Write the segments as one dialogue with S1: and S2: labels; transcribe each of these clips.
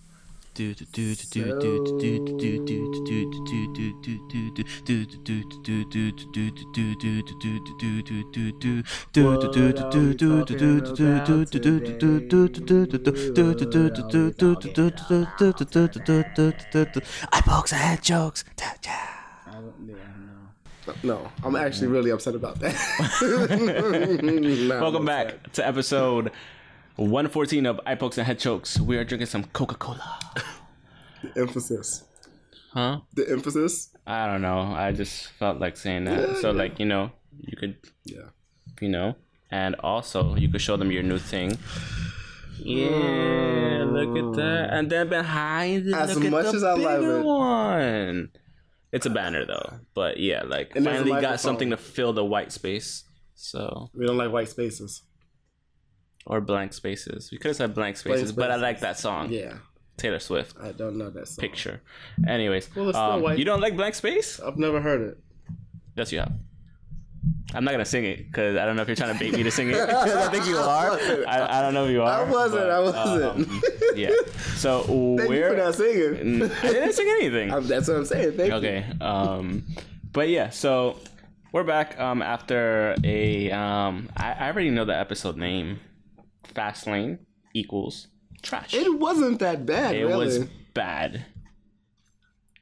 S1: uh, I pokes, I had jokes.
S2: I don't, yeah, no.
S3: No, I'm actually really upset about that. Nah,
S1: Welcome
S3: I'm
S1: back to episode 114 of Eye Pokes and Head Chokes. We are drinking some Coca Cola.
S3: upset. Emphasis.
S1: Huh?
S3: The emphasis.
S1: I don't know. I just felt like saying that. So, like, you know, you could,
S3: Yeah.
S1: you know, and also you could show them your new thing. Yeah, look at that. And then behind it,
S3: Oh. As
S1: look
S3: much
S1: at the
S3: as I love
S1: bigger
S3: it.
S1: one. It's a banner though, but yeah, like
S3: And there's a
S1: finally got
S3: microphone.
S1: something to fill the white space. So
S3: We don't like white spaces.
S1: or blank spaces. We could have said blank spaces, but I like that song.
S3: Yeah,
S1: Taylor Swift
S3: I don't know that song.
S1: picture. Anyways,
S3: Well, it's still
S1: um,
S3: white.
S1: you don't like blank space?
S3: I've never heard it.
S1: Yes, you have. I'm not gonna sing it because I don't know if you're trying to bait me to sing it. 'Cause I think you are. I, I don't know if you are.
S3: I wasn't. I
S1: but,
S3: wasn't.
S1: um, yeah. So
S3: Thank you
S1: where?
S3: for not singing.
S1: Mm, I didn't sing anything.
S3: Um, That's what I'm saying. Thank
S1: Okay. Um, but yeah, so we're back um, after a. Um, I, I already know the episode name. Fast lane equals trash.
S3: you. It wasn't that bad.
S1: It
S3: really.
S1: was bad.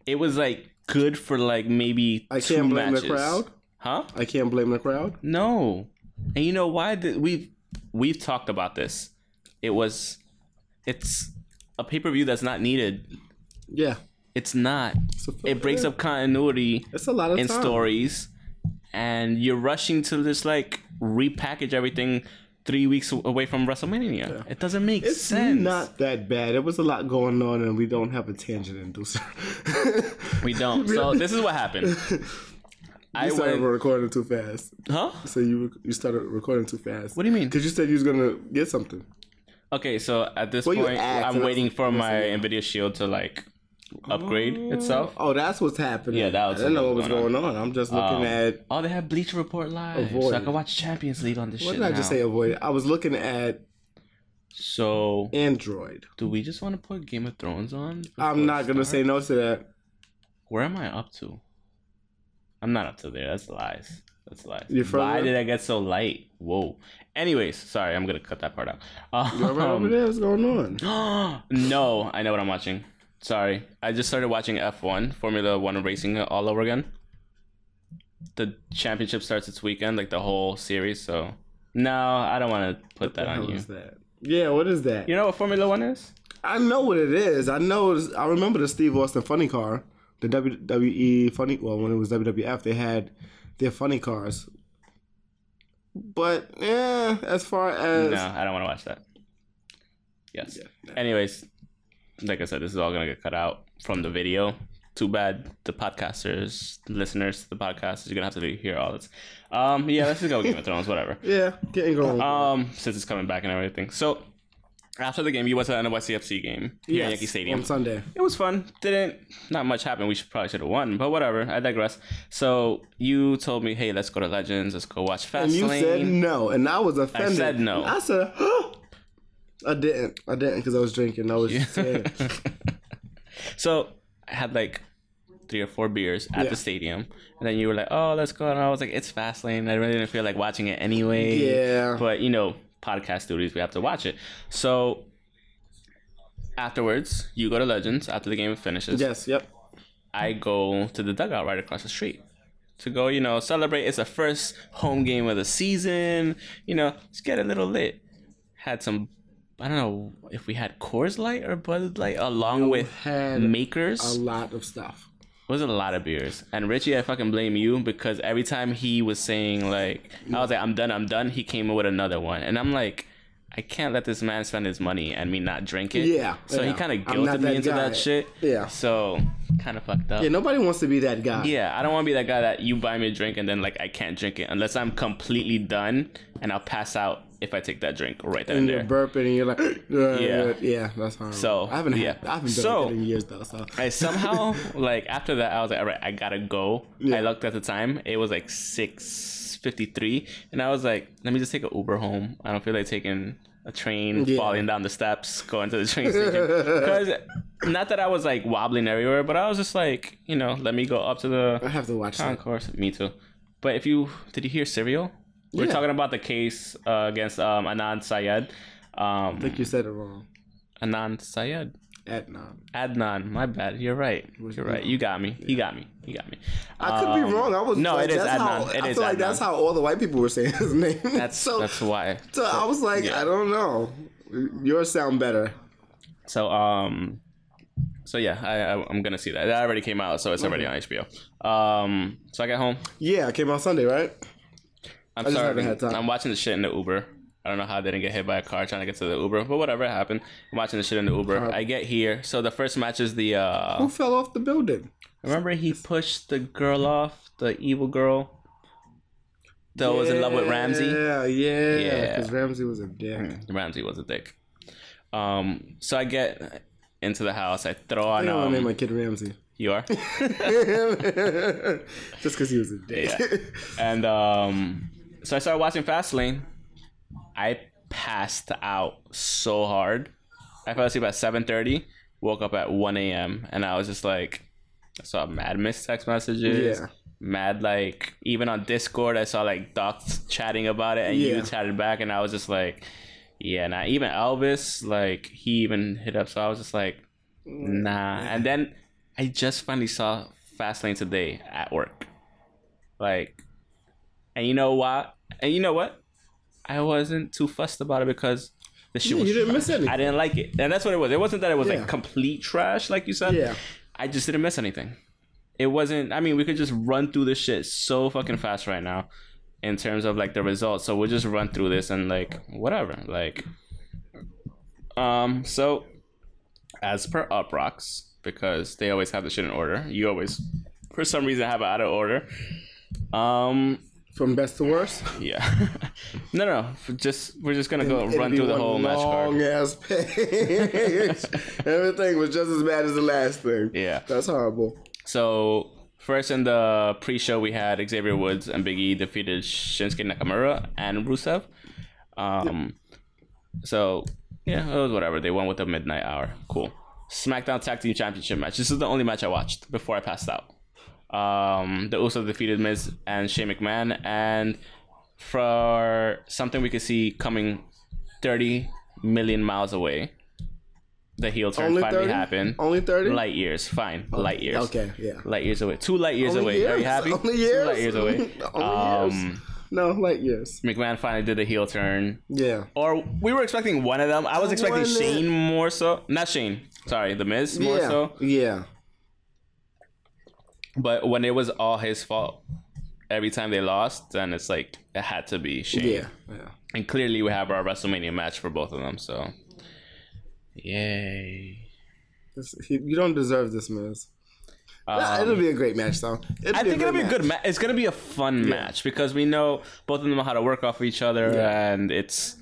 S1: It was like good for like maybe
S3: I
S1: two
S3: can't blame
S1: matches.
S3: the crowd.
S1: Huh?
S3: I can't blame the crowd.
S1: No. And you know why did we've we've talked about this. It was it's a pay-per-view that's not needed.
S3: Yeah.
S1: It's not.
S3: It's a fil-
S1: It breaks up continuity
S3: It's a lot of
S1: in
S3: time.
S1: stories and you're rushing to just like repackage everything 3 weeks away from WrestleMania. It doesn't make
S3: It's
S1: sense.
S3: not that bad. It was a lot going on, and we don't have a tangent inducer.
S1: we don't. So this is what happened. I
S3: You started
S1: went,
S3: recording too fast.
S1: huh?
S3: So you you started recording too fast.
S1: What do you mean?
S3: Because you said you was gonna get something.
S1: Okay, so at this
S3: Well, you
S1: point,
S3: act,
S1: I'm
S3: that's-
S1: waiting for
S3: that's
S1: my Nvidia Shield to like upgrade itself.
S3: Oh, that's what's happening.
S1: Yeah, that was
S3: I didn't know what was
S1: something
S3: going on. I'm just looking
S1: Um,
S3: at.
S1: Oh, they have Bleacher Report live, so I
S3: Avoid.
S1: can watch Champions League on this
S3: What
S1: shit
S3: did I
S1: now.
S3: just say? Avoid. I was looking at
S1: So,
S3: Android.
S1: do we just want to put Game of Thrones on?
S3: I'm
S1: before
S3: not
S1: it
S3: gonna
S1: starts?
S3: say no to that.
S1: Where am I up to? I'm not up to there. That's lies. That's lies.
S3: You're further
S1: Why
S3: up?
S1: did I get so light? Whoa. Anyways, sorry, I'm gonna cut that part out.
S3: All right, over
S1: Um,
S3: there, what's going on?
S1: no, I know what I'm watching. Sorry, I just started watching F1 Formula One racing all over again. The championship starts its weekend, like the whole series. So, no, I don't want to put that
S3: What the
S1: on
S3: hell
S1: you.
S3: is that? Yeah, what is that?
S1: You know what Formula One is?
S3: I know what it is. I know. It's, I remember the Steve Austin funny car, the WWE funny. Well, when it was WWF, they had their funny cars. But yeah, as far as
S1: No, I don't want to watch that. Yes. Anyways, like I said, this is all gonna get cut out from the video. Too bad the podcasters, listeners to the podcast, you're gonna have to hear all this. Um, yeah, let's just go with Game of Thrones, whatever.
S3: yeah, getting going.
S1: Um, since it's coming back and everything. So after the game, you went to the NYCFC game here at
S3: Yes,
S1: Yankee Stadium.
S3: on Sunday.
S1: It was fun. Didn't not much happened. We should probably should have won, but whatever. I digress. So you told me, hey, let's go to Legends. Let's go watch Fastlane.
S3: And you said no, and I was offended.
S1: said no.
S3: I said, huh? I didn't. I didn't because I was drinking. I was just saying.
S1: So I had like three or four beers at
S3: Yeah.
S1: the stadium, and then you were like, "Oh, let's go," and I was like, "It's fast lane." I really didn't feel like watching it anyway.
S3: Yeah.
S1: But you know, podcast duties, we have to watch it. So afterwards, you go to Legends after the game finishes.
S3: yes. Yep.
S1: I go to the dugout right across the street to go, you know, celebrate. It's the first home game of the season. You know, let's get a little lit. Had some, I don't know if we had Coors Light or Bud Light along with
S3: had A
S1: Makers.
S3: lot of stuff.
S1: was a lot of beers. And Richie, I fucking blame you because every time he was saying, like, I was like, I'm done, I'm done, he came with another one. And I'm like, I can't let this man spend his money and me not drink it.
S3: Yeah,
S1: So he
S3: yeah.
S1: kind of
S3: I'm not
S1: guilted me
S3: that
S1: into
S3: guy.
S1: that shit.
S3: Yeah.
S1: So kind of fucked up.
S3: Yeah. Nobody wants to be that guy.
S1: Yeah, I don't want to be that guy that you buy me a drink and then like I can't drink it unless I'm completely done and I'll pass out if I take that drink right then and
S3: And you're
S1: there.
S3: burping and you're like,
S1: Yeah.
S3: yeah, yeah, that's horrible.
S1: So,
S3: I haven't
S1: yeah.
S3: had, I haven't done
S1: So-
S3: it in years though. So
S1: I somehow like after that I was like, all right, I gotta go. I looked at the time; it was like six fifty three, and I was like, let me just take an Uber home. I don't feel like taking a train
S3: Yeah.
S1: falling down the steps, going to the train station. Because not that I was like wobbling everywhere, but I was just like, you know, let me go up to
S3: I
S1: the
S3: have to watch that.
S1: concourse. Me too. But if you did, you hear Serial. We We're
S3: Yeah.
S1: talking about the case uh, against um, Anand Syed. Um,
S3: I think you said it wrong.
S1: Anand Syed.
S3: Adnan.
S1: Adnan, my bad. You're right.
S3: Was-
S1: You're right. You got me. He got me. He got me.
S3: I could be
S1: Um,
S3: wrong. I was
S1: no.
S3: like,
S1: it is
S3: that's
S1: Adnan.
S3: How,
S1: It
S3: I
S1: is
S3: feel like
S1: Adnan.
S3: that's how all the white people were saying his name.
S1: That's
S3: so.
S1: that's why.
S3: so I was like,
S1: yeah.
S3: I don't know. Yours sound better.
S1: So um, so yeah, I, I I'm gonna see that. That already came out, so it's already on HBO. Um, so I got home.
S3: Yeah, it came out Sunday, right?
S1: I'm
S3: I just
S1: sorry.
S3: haven't had time.
S1: I'm watching the shit in the Uber. I don't know how I didn't get hit by a car trying to get to the Uber, but whatever happened. I'm watching the shit in the Uber.
S3: Alright.
S1: I get here. So the first match is the uh
S3: Who fell off the building?
S1: remember he pushed the girl off, the evil girl that was in love with Ramsey.
S3: Yeah, yeah.
S1: Yeah. Hmm.
S3: Because Ramsey was a dick.
S1: Ramsey was a dick. Um, so I get into the house. I throw
S3: I
S1: on.
S3: don't want to name
S1: Um,
S3: my kid Ramsey.
S1: you are,
S3: Just because he was a dick.
S1: Yeah. and um, so I started watching Fastlane. I passed out so hard. I fell asleep at seven thirty. Woke up at one a.m. and I was just like, I saw mad missed text messages.
S3: Yeah.
S1: Mad like even on Discord, I saw like docs chatting about it, and you
S3: Yeah.
S1: chatted back, and I was just like, yeah. Nah, even Elvis, like he even hit up. So I was just like,
S3: Mm.
S1: Nah. And then I just finally saw Fastlane today at work. Like, and you know what? And you know what? I wasn't too fussed about it because the shit
S3: Yeah,
S1: was
S3: you didn't
S1: trash.
S3: miss anything.
S1: I didn't like it. And that's what it was. It wasn't that it was
S3: Yeah.
S1: like complete trash, like you said.
S3: yeah.
S1: I just didn't miss anything. It wasn't. I mean, we could just run through this shit so fucking fast right now, in terms of like the results. So we'll just run through this and like whatever. Like, um. So, as per Up Rocks, because they always have the shit in order. You always, for some reason, have it out of order. Um.
S3: From best to worst.
S1: Yeah. no, no. f- Just we're just gonna go
S3: It'd
S1: run
S3: be
S1: through the
S3: one
S1: whole match
S3: long
S1: card.
S3: ass page. Everything was just as bad as the last thing.
S1: Yeah.
S3: That's horrible.
S1: So first in the pre-show we had Xavier Woods and Big E defeated Shinsuke Nakamura and Rusev. Um, So yeah, it was whatever. They won with the midnight hour. Cool. SmackDown Tag Team Championship match. This is the only match I watched before I passed out. Um, the Usos defeated Miz and Shane McMahon, and for something we could see coming thirty million miles away, the heel turn
S3: Only
S1: finally
S3: 30?
S1: happened.
S3: Only 30?
S1: Light years, fine. Light years.
S3: Okay, yeah.
S1: Light years away. Two light years
S3: Only
S1: away. Are you
S3: years?
S1: happy?
S3: Only
S1: Two
S3: years?
S1: light years away.
S3: Only years?
S1: Um,
S3: No, like yes.
S1: McMahon finally did a heel turn.
S3: Yeah.
S1: Or we were expecting one of them. I was expecting
S3: One of-
S1: Shane more so. Not Shane. Sorry, The Miz more
S3: yeah.
S1: so.
S3: Yeah.
S1: But when it was all his fault, every time they lost, then it's like it had to be Shane.
S3: Yeah. Yeah.
S1: And clearly we have our WrestleMania match for both of them, so Yay.
S3: This, he, you don't deserve this, Miz. Nah,
S1: Um,
S3: it'll be a great match, though. It'll
S1: I think it'll be a
S3: match.
S1: good match. It's gonna be a fun match because we know both of them know how to work off of each other, and it's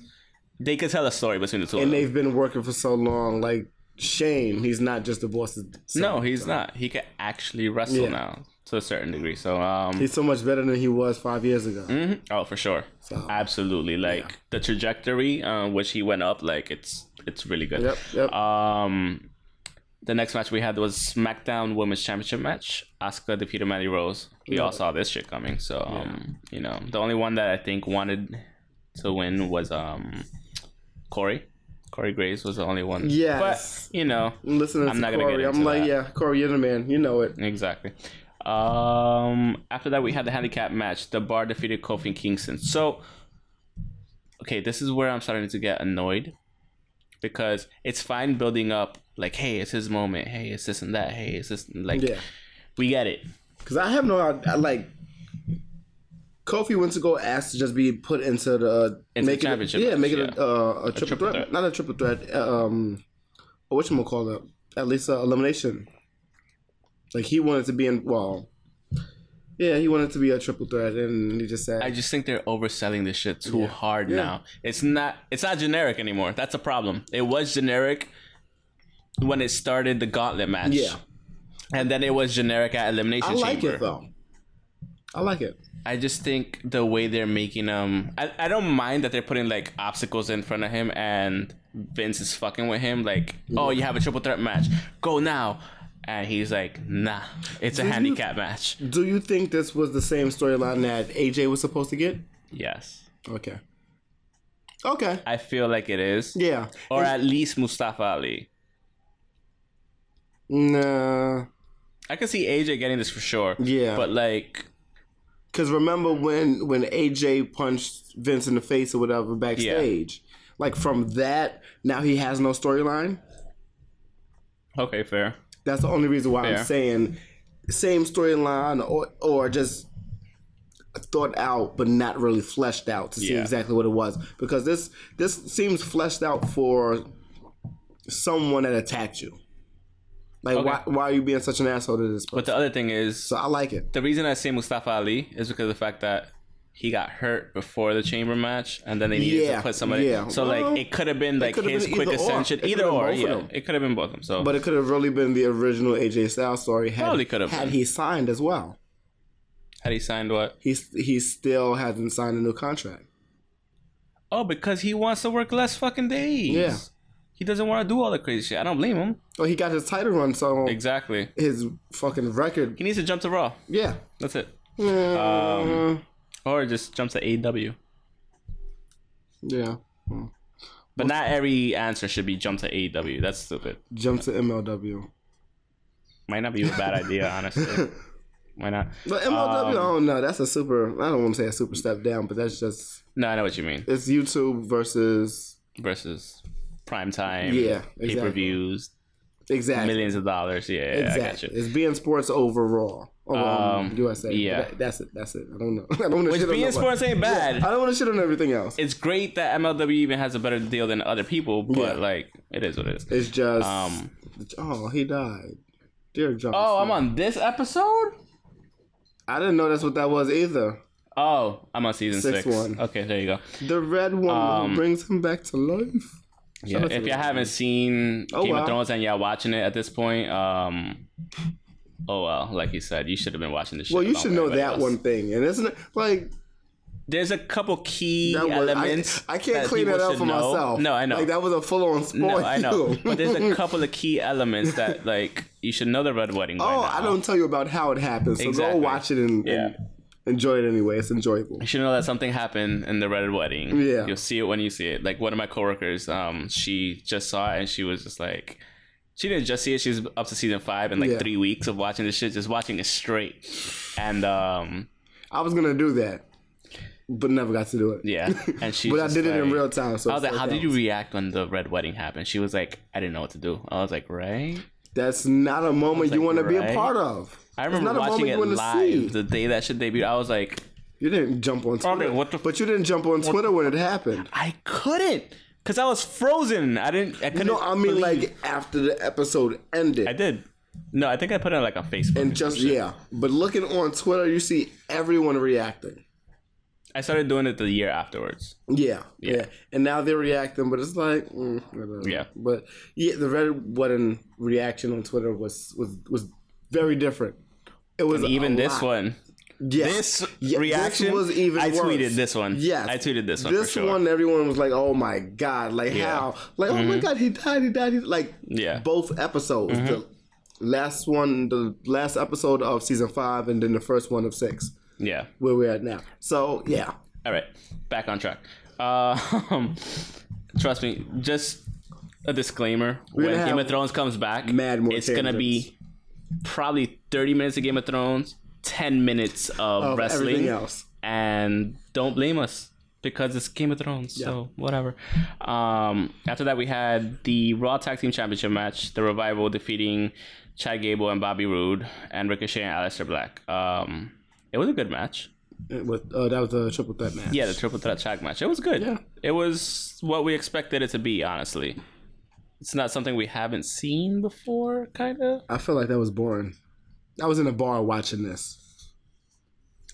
S1: they could tell a story between the two. of
S3: And
S1: them.
S3: they've been working for so long. Like Shane, he's not just the boss's. son.
S1: no, he's not. He can actually wrestle
S3: Yeah.
S1: now to a certain degree. So um,
S3: he's so much better than he was five years ago.
S1: mhm. oh for sure,
S3: So-
S1: absolutely. Like the trajectory on which he went up, like it's it's really good.
S3: Yep. Yep.
S1: Um, the next match we had was SmackDown Women's Championship match. Asuka defeated Mandy Rose. We all saw this shit coming. So, um, you know, the only one that I think wanted to win was um, Corey. Corey Graves was the only one.
S3: Yes.
S1: But, you know,
S3: Listening
S1: I'm
S3: to
S1: not gonna get
S3: Corey, I'm
S1: into
S3: like,
S1: that.
S3: yeah, Corey, you're the man. You know it.
S1: exactly. Um, after that, we had the handicap match. The bar defeated Kofi Kingston. So, okay, this is where I'm starting to get annoyed because it's fine building up, like, hey, it's his moment. Hey, it's this and that. Hey, it's this. Like,
S3: Yeah.
S1: we get it.
S3: Because I have no I, like. Kofi went to go asked to just be put into the
S1: Into
S3: make
S1: the
S3: it a-
S1: championship
S3: yeah,
S1: match,
S3: make it
S1: yeah.
S3: a, uh, a, triple
S1: triple
S3: threat.
S1: threat.
S3: not a triple threat. uh, Um, what you call it? At least a elimination. Like he wanted to be in. Well, yeah, he wanted to be a triple threat, and he just said,
S1: I just think they're overselling this shit too hard
S3: Yeah.
S1: now. It's not it's not generic anymore. That's a problem. It was generic when it started the gauntlet match.
S3: "Yeah,
S1: And then it was generic at Elimination
S3: I like
S1: Chamber.
S3: it though. I like it.
S1: I just think the way they're making him, I, I don't mind that they're putting like obstacles in front of him and Vince is fucking with him. Like, oh, you have a triple threat match, go now, and he's like, nah, it's a
S3: Did you-
S1: handicap match.
S3: Do you think this was the same storyline that AJ was supposed to get?
S1: Yes,
S3: Okay. Okay.
S1: I feel like it is,
S3: Yeah.
S1: or at least Mustafa Ali.
S3: Nah.
S1: I can see AJ getting this for sure.
S3: Yeah.
S1: but like,
S3: Because remember
S1: Mm-hmm.
S3: when when AJ punched Vince in the face or whatever backstage? Like from that, now he has no storyline.
S1: okay, fair.
S3: That's the only reason why
S1: Fair.
S3: I'm saying same storyline or or just thought out but not really fleshed out to see
S1: Yeah.
S3: exactly what it was because this this seems fleshed out for someone that attacked you. Like
S1: Okay.
S3: why why are you being such an asshole to this person?
S1: But the other thing is,
S3: so I like it.
S1: the reason I say Mustafa Ali is because of the fact that he got hurt before the chamber match, and then they needed
S3: Yeah,
S1: to put somebody.
S3: yeah.
S1: So
S3: Well,
S1: like it could have been like
S3: could've
S1: his
S3: been
S1: quick
S3: either or.
S1: ascension,
S3: It could've
S1: either
S3: been
S1: or.
S3: both of
S1: Yeah,
S3: them.
S1: it could have been both of them. So
S3: But it could have really been the original AJ Styles story had
S1: Probably could've been.
S3: had he signed as well.
S1: had he signed what?
S3: He's he still hasn't signed a new contract.
S1: Oh, because he wants to work less fucking days.
S3: Yeah.
S1: He doesn't want to do all the crazy shit. I don't blame him.
S3: So he got his title run, so
S1: Exactly.
S3: his fucking record.
S1: He needs to jump to Raw.
S3: Yeah.
S1: That's it. Um,
S3: Mm,
S1: Or just jump to E AEW.
S3: yeah.
S1: But not every answer should be jump to AEW. That's stupid.
S3: Jump to MLW.
S1: Might not be a bad idea, honestly. Why not?
S3: But MLW, I
S1: Um,
S3: don't know. That's a super. I don't want to say a super step down, but that's just
S1: No, I know what you mean.
S3: it's YouTube versus
S1: versus prime time.
S3: Yeah,
S1: Pay per views,
S3: exactly
S1: millions of dollars. Yeah,
S3: exactly.
S1: I got you.
S3: It's being sports overall. Um,
S1: Um,
S3: USA. But
S1: yeah.
S3: that- that's it. That's it. I don't know. I don't want to
S1: Which
S3: shit on
S1: being
S3: nobody.
S1: sports ain't bad.
S3: I don't want to shit on everything else.
S1: It's great that MLW even has a better deal than other people, but
S3: Yeah.
S1: like it is what it is.
S3: It's just.
S1: Um.
S3: oh, he died. Dear John.
S1: Oh, I'm on this episode.
S3: I didn't know that's what that was either.
S1: Oh, I'm on season
S3: Six
S1: six.
S3: one.
S1: Okay, there you go.
S3: The red one
S1: Um,
S3: brings him back to life.
S1: Yeah,
S3: out to
S1: if you
S3: them.
S1: haven't seen
S3: Oh,
S1: Game
S3: wow.
S1: of Thrones and y'all watching it at this point, um, oh well, like you said, you should have been watching this. Shit
S3: Well, you
S1: along
S3: should
S1: with
S3: know
S1: everybody
S3: that
S1: else.
S3: one thing, and isn't it like
S1: There's a couple key
S3: that was,
S1: elements.
S3: I, I can't
S1: that
S3: clean
S1: people
S3: that up
S1: should
S3: for
S1: know.
S3: myself.
S1: No, I know.
S3: Like that was a full-on spoil.
S1: No, I know.
S3: you.
S1: But there's a couple of key elements that like you should know the red wedding. by
S3: oh,
S1: now.
S3: I don't tell you about how it happens. So
S1: Exactly.
S3: go watch it and,
S1: Yeah.
S3: and enjoy it anyway. It's enjoyable.
S1: You should know that something happened in the red wedding.
S3: Yeah.
S1: You'll see it when you see it. Like one of my coworkers, um, she just saw it and she was just like she didn't just see it, she was up to season five in like
S3: Yeah.
S1: three weeks of watching this shit, just watching it straight. And um
S3: I was gonna do that, but never got to do it.
S1: yeah. And she
S3: but I
S1: just
S3: did it in
S1: like-
S3: real time. So
S1: I was
S3: it's
S1: like, how
S3: okay.
S1: did you react when the red wedding happened? She was like, I didn't know what to do. I was like, right?
S3: That's not a moment you
S1: like,
S3: want to be a
S1: right?
S3: part of.
S1: I
S3: It's
S1: remember
S3: not a
S1: watching
S3: moment
S1: it
S3: you wanna see.
S1: live the day that shit debuted. I was like,
S3: You didn't jump on Twitter,
S1: what the-
S3: but you didn't jump on Twitter when it happened.
S1: I couldn't because I was frozen. I didn't. I couldn't.
S3: No, I mean
S1: believe-
S3: like after the episode ended.
S1: I did. No, I think I put it on like on Facebook.
S3: And just yeah, but looking on Twitter, you see everyone reacting.
S1: I started doing it the year afterwards.
S3: Yeah, yeah,
S1: Yeah.
S3: And now they're reacting, but it's like, mm, whatever.
S1: Yeah.
S3: But yeah, the red wedding reaction on Twitter was was was very different. It was
S1: Even
S3: a
S1: this
S3: lot.
S1: one,
S3: Yes.
S1: this
S3: Yeah,
S1: reaction
S3: was even.
S1: I
S3: worse.
S1: tweeted this one.
S3: Yes,
S1: I tweeted this one.
S3: This
S1: for sure.
S3: one, everyone was like, "Oh my god! Like
S1: Yeah. Mm-hmm.
S3: how? Like oh my god, he died! He died! He like
S1: Yeah. Mm-hmm.
S3: both episodes." The, Last one, the last episode of season five, and then the first one of six.
S1: Yeah.
S3: where we're at now. So yeah,
S1: All right, back on track. Uh, trust me, just a disclaimer: when
S3: gonna
S1: Game
S3: have
S1: of Thrones comes back,
S3: mad more
S1: it's gonna be probably thirty minutes of Game of Thrones, ten minutes of,
S3: of
S1: wrestling,
S3: everything else.
S1: and don't blame us because it's Game of Thrones. So whatever. Um, after that, we had the Raw Tag Team Championship match, the Revival defeating Chad Gable and Bobby Roode and Ricochet and Aleister Black. Um, it was a good match.
S3: It was- uh, that was a triple threat match.
S1: Yeah, the triple threat tag match. It was good.
S3: Yeah.
S1: It was what we expected it to be, honestly. It's not something we haven't seen before, kind of.
S3: I feel like that was boring. I was in a bar watching this.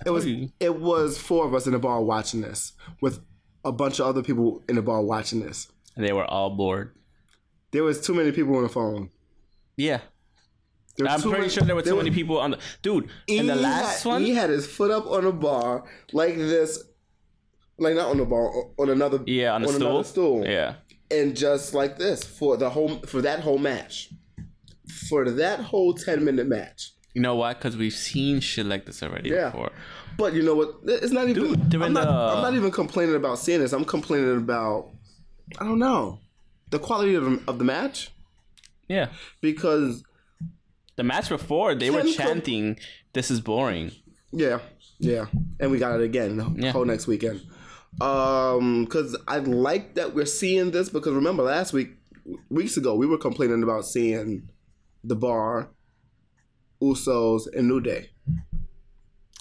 S3: It was
S1: Oh, you.
S3: it was four of us in a bar watching this with a bunch of other people in the bar watching this.
S1: They were all bored.
S3: There was too many people on the phone.
S1: Yeah.
S3: There was
S1: I'm
S3: too
S1: pretty
S3: many-
S1: sure there were too
S3: were-
S1: many people on the dude. in the
S3: he
S1: last
S3: had,
S1: one,
S3: he had his foot up on a bar like this, like not on the bar, o- on another
S1: yeah, on a stool,
S3: another stool,
S1: yeah,
S3: and just like this for the whole for that whole match, for that whole ten minute match.
S1: you know why? Because we've seen shit like this already
S3: Yeah.
S1: before.
S3: But you know what? It's not even.
S1: Dude, during
S3: I'm, not,
S1: the-
S3: I'm not even complaining about seeing this. I'm complaining about, I don't know, the quality of, of the match
S1: Yeah,
S3: because
S1: the match before they were
S3: Ten com-
S1: chanting, "This is boring."
S3: Yeah, yeah, and we got it again the
S1: Yeah.
S3: whole next weekend. Um, because I like that we're seeing this because remember last week, weeks ago, we were complaining about seeing the bar, Usos, and New Day.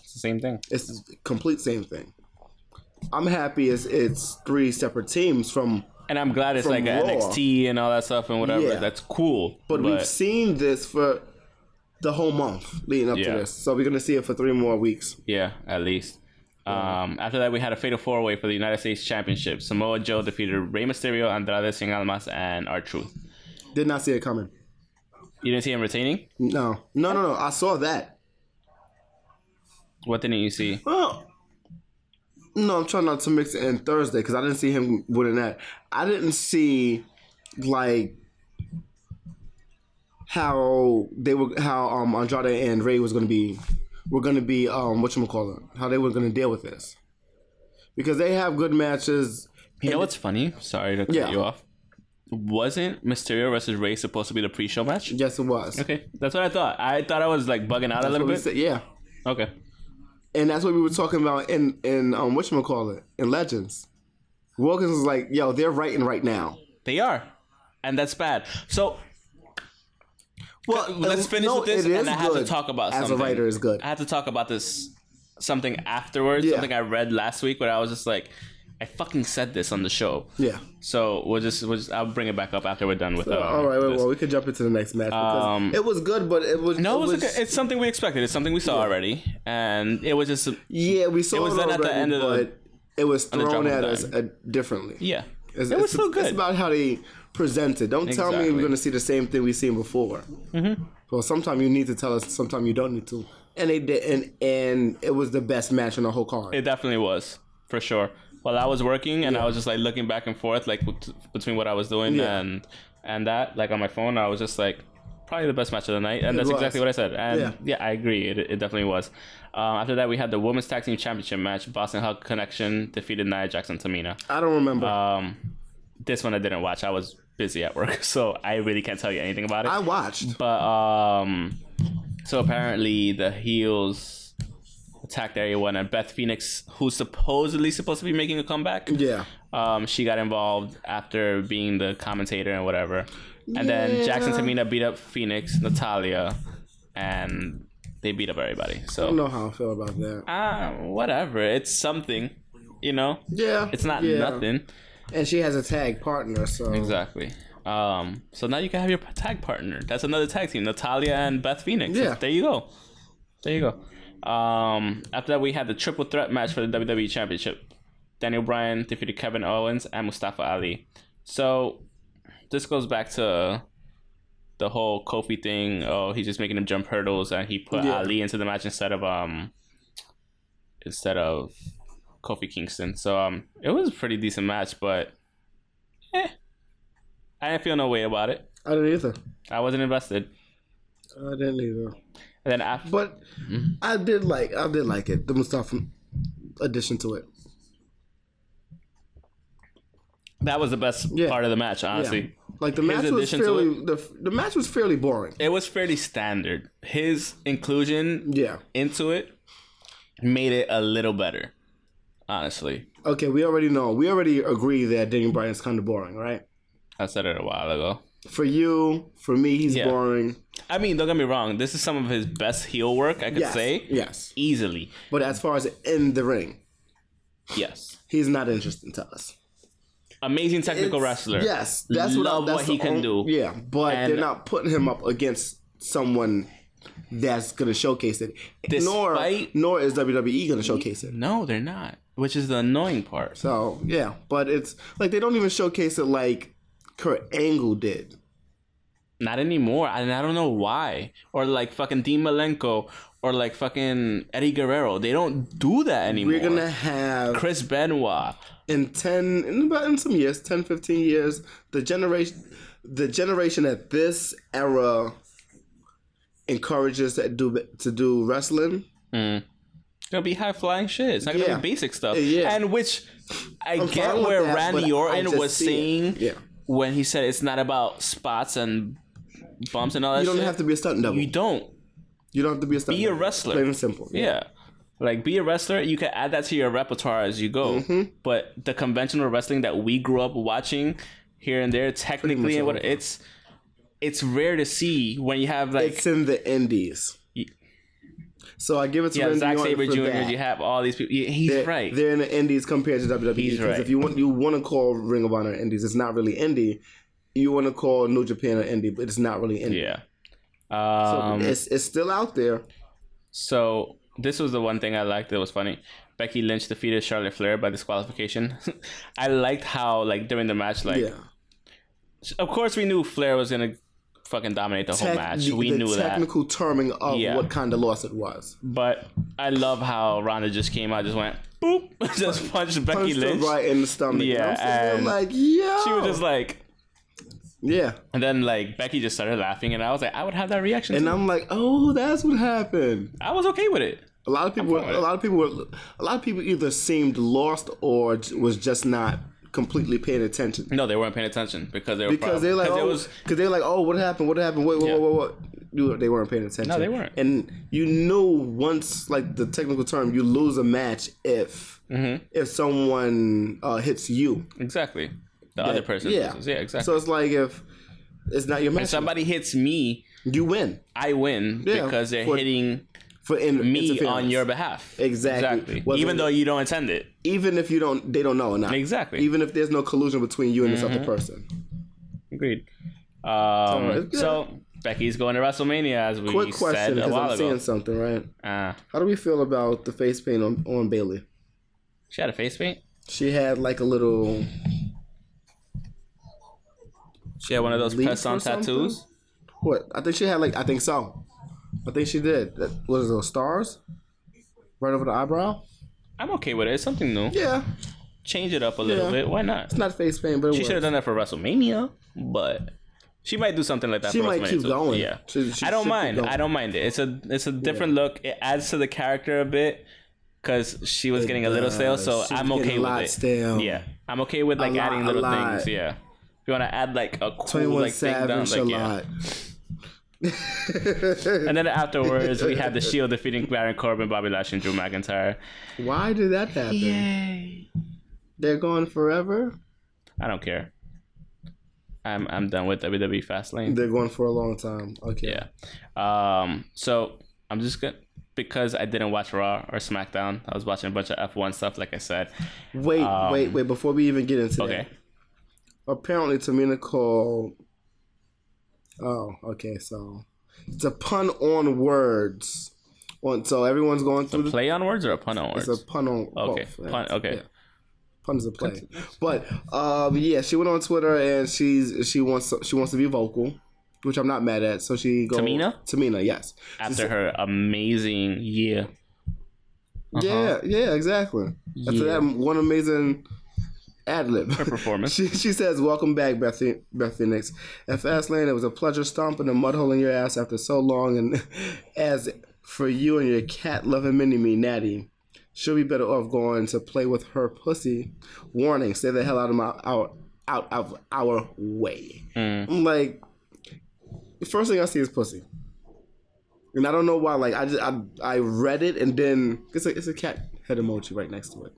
S1: It's the same thing.
S3: It's the complete same thing. I'm happy it's it's three separate teams from,
S1: And I'm glad it's
S3: From
S1: like a
S3: Raw.
S1: NXT and all that stuff and whatever.
S3: Yeah.
S1: That's cool.
S3: but, we've seen this for the whole month leading up
S1: Yeah.
S3: to this, so we're gonna see it for three more weeks.
S1: Yeah, at least. Um, after that, we had a fatal four way for the United States Championship. Samoa Joe defeated Rey Mysterio, Andrade Sin Almas, and R Truth.
S3: Did not see it coming.
S1: You didn't see him retaining?
S3: No, no, no, no. I saw that.
S1: What didn't you see?
S3: Well, no, I'm trying not to mix it in Thursday because I didn't see him winning that. I didn't see like how they were how um Andrade and Ray was gonna be were gonna be um what call it how they were gonna deal with this because they have good matches.
S1: You know what's funny? Sorry to cut
S3: Yeah.
S1: you off. Wasn't Mysterio versus Rey supposed to be the pre show match?
S3: Yes, it was.
S1: Okay, that's what I thought. I thought I was like bugging out a
S3: That's
S1: little
S3: what we
S1: bit.
S3: said- yeah,
S1: Okay.
S3: and that's what we were talking about in in um what call it in Legends. Wilkins was like, "Yo, they're writing right now."
S1: They are. And that's bad. So
S3: Well,
S1: let's finish with this,
S3: Uh, it is
S1: and I have to
S3: good
S1: talk about
S3: as
S1: something.
S3: a writer is good.
S1: I had to talk about this something afterwards,
S3: Yeah.
S1: something I read last week where I was just like, I fucking said this on the show.
S3: Yeah.
S1: So we'll just, we'll just I'll bring it back up after we're done with. uh,
S3: All right. Well,
S1: this.
S3: well, we could jump into the next match because
S1: Um,
S3: it was good, but it was
S1: no, it was, okay. it's something we expected. It's something we saw already, and it was just
S3: yeah. We saw it,
S1: was done
S3: already,
S1: at the end of the-
S3: but it was
S1: the
S3: thrown
S1: drop of
S3: at
S1: a
S3: us
S1: dime.
S3: uh, differently.
S1: yeah,
S3: It's,
S1: it was
S3: it's,
S1: still good.
S3: It's about how they present it. Don't tell me
S1: Exactly.
S3: we're going to see the same thing we've seen before. Mm-hmm. Well, sometimes you need to tell us. Sometimes you don't need to. And they did, and and it was the best match on the whole card.
S1: It definitely was, for sure. While I was working and I was just like looking back and forth, like bet- between what I was doing
S3: Yeah.
S1: and and that, like on my phone, I was just like, probably the best match of the night, and that's
S3: was.
S1: exactly what I said. And
S3: Yeah.
S1: yeah, I agree. It, it definitely was. Um, after that, we had the women's tag team championship match. Boston Hug Connection defeated Nia Jackson Tamina.
S3: I don't remember.
S1: Um, this one I didn't watch. I was busy at work, so I really can't tell you anything about it.
S3: I watched.
S1: But um, so apparently the heels attacked everyone, and Beth Phoenix, who's supposedly supposed to be making a comeback,
S3: Yeah.
S1: um, she got involved after being the commentator and whatever. And then Jackson
S3: Yeah.
S1: Tamina beat up Phoenix, Natalia, and they beat up everybody.
S3: I don't
S1: So
S3: know how I feel about that.
S1: ah, whatever, it's something, you know.
S3: yeah.
S1: It's not
S3: yeah.
S1: nothing
S3: And she has a tag partner, so
S1: exactly. Um, so now you can have your tag partner. That's another tag team, Natalia and Beth Phoenix.
S3: Yeah.
S1: There you go. There you go. Um, after that, we had the triple threat match for the WWE Championship. Daniel Bryan defeated Kevin Owens and Mustafa Ali. So this goes back to the whole Kofi thing. Oh, he's just making him jump hurdles, and he put
S3: Yeah.
S1: Ali into the match instead of um instead of Kofi Kingston. So um, it was a pretty decent match, but eh, I didn't feel no way about it.
S3: I didn't either.
S1: I wasn't invested.
S3: I didn't either.
S1: And then after,
S3: But
S1: Mm-hmm.
S3: I did like I did like it. The Mustafa addition to it.
S1: that was the best
S3: Yeah.
S1: part of the match, honestly.
S3: Like the match was
S1: addition to
S3: fairly the, the match was fairly boring.
S1: It was fairly standard. His inclusion
S3: Yeah.
S1: into it made it a little better, honestly.
S3: Okay, we already know. We already agree that Daniel Bryan's kind of boring, right?
S1: I said it a while ago.
S3: For you, for me, he's
S1: Yeah.
S3: boring.
S1: I mean, don't get me wrong. This is some of his best heel work, I could
S3: Yes.
S1: say.
S3: Yes.
S1: Easily.
S3: But as far as in the ring,
S1: Yes.
S3: he's not interesting to us.
S1: Amazing technical
S3: It's-
S1: wrestler.
S3: Yes, that's what I-
S1: Love
S3: that's
S1: what
S3: the
S1: he can
S3: on-
S1: do.
S3: Yeah, but
S1: And-
S3: they're not putting him up against someone that's gonna showcase it.
S1: Despite-
S3: nor nor is WWE gonna showcase it.
S1: No, they're not. Which is the annoying part.
S3: So yeah, but it's like they don't even showcase it like Kurt Angle did.
S1: Not anymore. And I don't know why. Or like fucking Dean Malenko or like fucking Eddie Guerrero. They don't do that anymore.
S3: We're gonna have
S1: Chris Benoit.
S3: in ten in about in some years, 10, 15 years, the generation the generation at this era encourages to do to do wrestling.
S1: It's gonna be high flying shit. It's not gonna
S3: Yeah. Uh,
S1: be basic stuff.
S3: Yeah.
S1: And which I
S3: I'm
S1: get
S3: fine with
S1: where
S3: that,
S1: Randy
S3: but I
S1: Orton
S3: just
S1: was
S3: see it.
S1: saying
S3: Yeah.
S1: when he said it's not about spots and bumps and all that
S3: You don't
S1: shit.
S3: have to be a stunt double.
S1: you don't.
S3: You don't have to be a stunt
S1: Be a
S3: double.
S1: wrestler.
S3: Plain and simple.
S1: Yeah. Like be a wrestler, you can add that to your repertoire as you go.
S3: Mm-hmm.
S1: But the conventional wrestling that we grew up watching here and there, technically, and
S3: all.
S1: what it's it's rare to see when you have like
S3: It's in the indies.
S1: Ye-
S3: So I give it to
S1: yeah,
S3: Randy
S1: Zack
S3: Orton
S1: Saber
S3: for
S1: Jr.
S3: that.
S1: You have all these people. Yeah, he's
S3: they're,
S1: right.
S3: They're in the indies compared to WWE.
S1: He's
S3: because
S1: right.
S3: If you want, you want to call Ring of Honor indies. It's not really indie. You want to call New Japan an indie, but it's not really indie.
S1: yeah.
S3: So
S1: Um,
S3: it's it's still out there.
S1: So this was the one thing I liked that was funny. Becky Lynch defeated Charlotte Flair by disqualification. I liked how like during the match, like
S3: yeah.
S1: of course we knew Flair was gonna fucking dominate the whole
S3: Tec-
S1: match.
S3: the-
S1: Oh, we
S3: the
S1: knew that.
S3: technical terming of
S1: Yeah.
S3: what kind of loss it was.
S1: But I love how Ronda just came out, just went boop, just punched Becky
S3: Punched her
S1: Lynch.
S3: right in the stomach.
S1: Yeah,
S3: I'm sitting there
S1: and
S3: like yeah.
S1: She was just like,
S3: yeah,
S1: and then like Becky just started laughing, and I was like, I would have that reaction.
S3: and
S1: too.
S3: I'm like, oh, that's what happened.
S1: I was okay with it.
S3: A lot of people, were,
S1: with it.
S3: a lot of people, were, a lot of people either seemed lost or j- was just not completely paying attention.
S1: No, they weren't paying attention because they were
S3: because they like
S1: it
S3: oh,
S1: was
S3: because they like oh what happened what happened wait wait
S1: Yeah.
S3: wait wait what Dude, they weren't paying attention
S1: No, they weren't.
S3: and you know once like the technical term you lose a match if
S1: Mm-hmm.
S3: if someone uh, hits you
S1: exactly the other person.
S3: yeah
S1: yeah, exactly.
S3: so it's like if it's not your match
S1: Somebody hits me,
S3: you win
S1: I win
S3: Yeah,
S1: because they're
S3: for-
S1: hitting
S3: for in,
S1: me
S3: interference.
S1: on your behalf.
S3: Exactly. Whether-
S1: Even though you don't intend it.
S3: even if you don't they don't know or not
S1: Exactly.
S3: even if there's no collusion between you and this
S1: Mm-hmm.
S3: other person
S1: Agreed. Um,
S3: it's good.
S1: So Becky's going to WrestleMania as we
S3: quick
S1: said
S3: question
S1: a
S3: because
S1: while
S3: I'm
S1: ago.
S3: seeing something right
S1: Uh,
S3: how do we feel about the face paint on, on Bailey
S1: she had a face paint.
S3: she had like a little
S1: She had one of those
S3: Leaf
S1: press on
S3: or something?
S1: tattoos.
S3: What? I think she had like I think so. I think she did. That was those stars? Right over the eyebrow?
S1: I'm okay with it. It's something new.
S3: Yeah.
S1: Change it up a little
S3: Yeah.
S1: bit. Why not?
S3: It's not face paint, but it
S1: She
S3: was.
S1: should have done that for WrestleMania, but she might do something like that.
S3: She
S1: for
S3: might
S1: WrestleMania
S3: keep
S1: too.
S3: going.
S1: Yeah,
S3: She- she
S1: I don't
S3: should keep
S1: mind. I
S3: going.
S1: don't mind it. It's a it's a different look. It adds to the character a bit because she was getting a little stale. So
S3: does. She was
S1: I'm
S3: getting
S1: okay
S3: a
S1: with
S3: lot
S1: it.
S3: stale.
S1: Yeah, I'm okay with like
S3: lot,
S1: adding
S3: a
S1: little
S3: lot.
S1: things. Yeah, if you want to add like a
S3: Twenty
S1: cool
S3: one
S1: like thing down,
S3: Savage a
S1: like yeah.
S3: lot.
S1: And then afterwards, we had the Shield defeating Baron Corbin, Bobby Lashley, and Drew McIntyre.
S3: Why did that happen? They're gone forever.
S1: I don't care. I'm I'm done with WWE Fastlane.
S3: They're going for a long time. Okay.
S1: Yeah. Um, so I'm just gonna because I didn't watch Raw or SmackDown. I was watching a bunch of F1 stuff, like I said.
S3: Wait, wait, wait. Before we even get into
S1: Um, Okay.
S3: that, apparently Tamina called. Oh, okay. So it's a pun on words. On so everyone's going through the
S1: Play on words or a pun on words?
S3: It's a pun on
S1: Okay,
S3: both.
S1: pun- okay.
S3: Yeah. Pun is a play, but um, yeah, she went on Twitter and she's she wants she wants to be vocal, which I'm not mad at. So she goes
S1: Tamina?
S3: Tamina, yes.
S1: After her amazing year. Uh-huh.
S3: Yeah, yeah, exactly. After that one amazing ad lib
S1: performance.
S3: she, she says, "Welcome back, Beth, Beth Phoenix. At Fastlane, it was a pleasure stomping and mud holing your ass after so long, and as for you and your cat loving mini me, Natty." She'll be better off going to play with her pussy. Warning: Stay the hell out of my out out of our way.
S1: Mm,
S3: I'm like, the first thing I see is pussy, and I don't know why. Like I just I, I read it and then it's a it's a cat head emoji right next to it.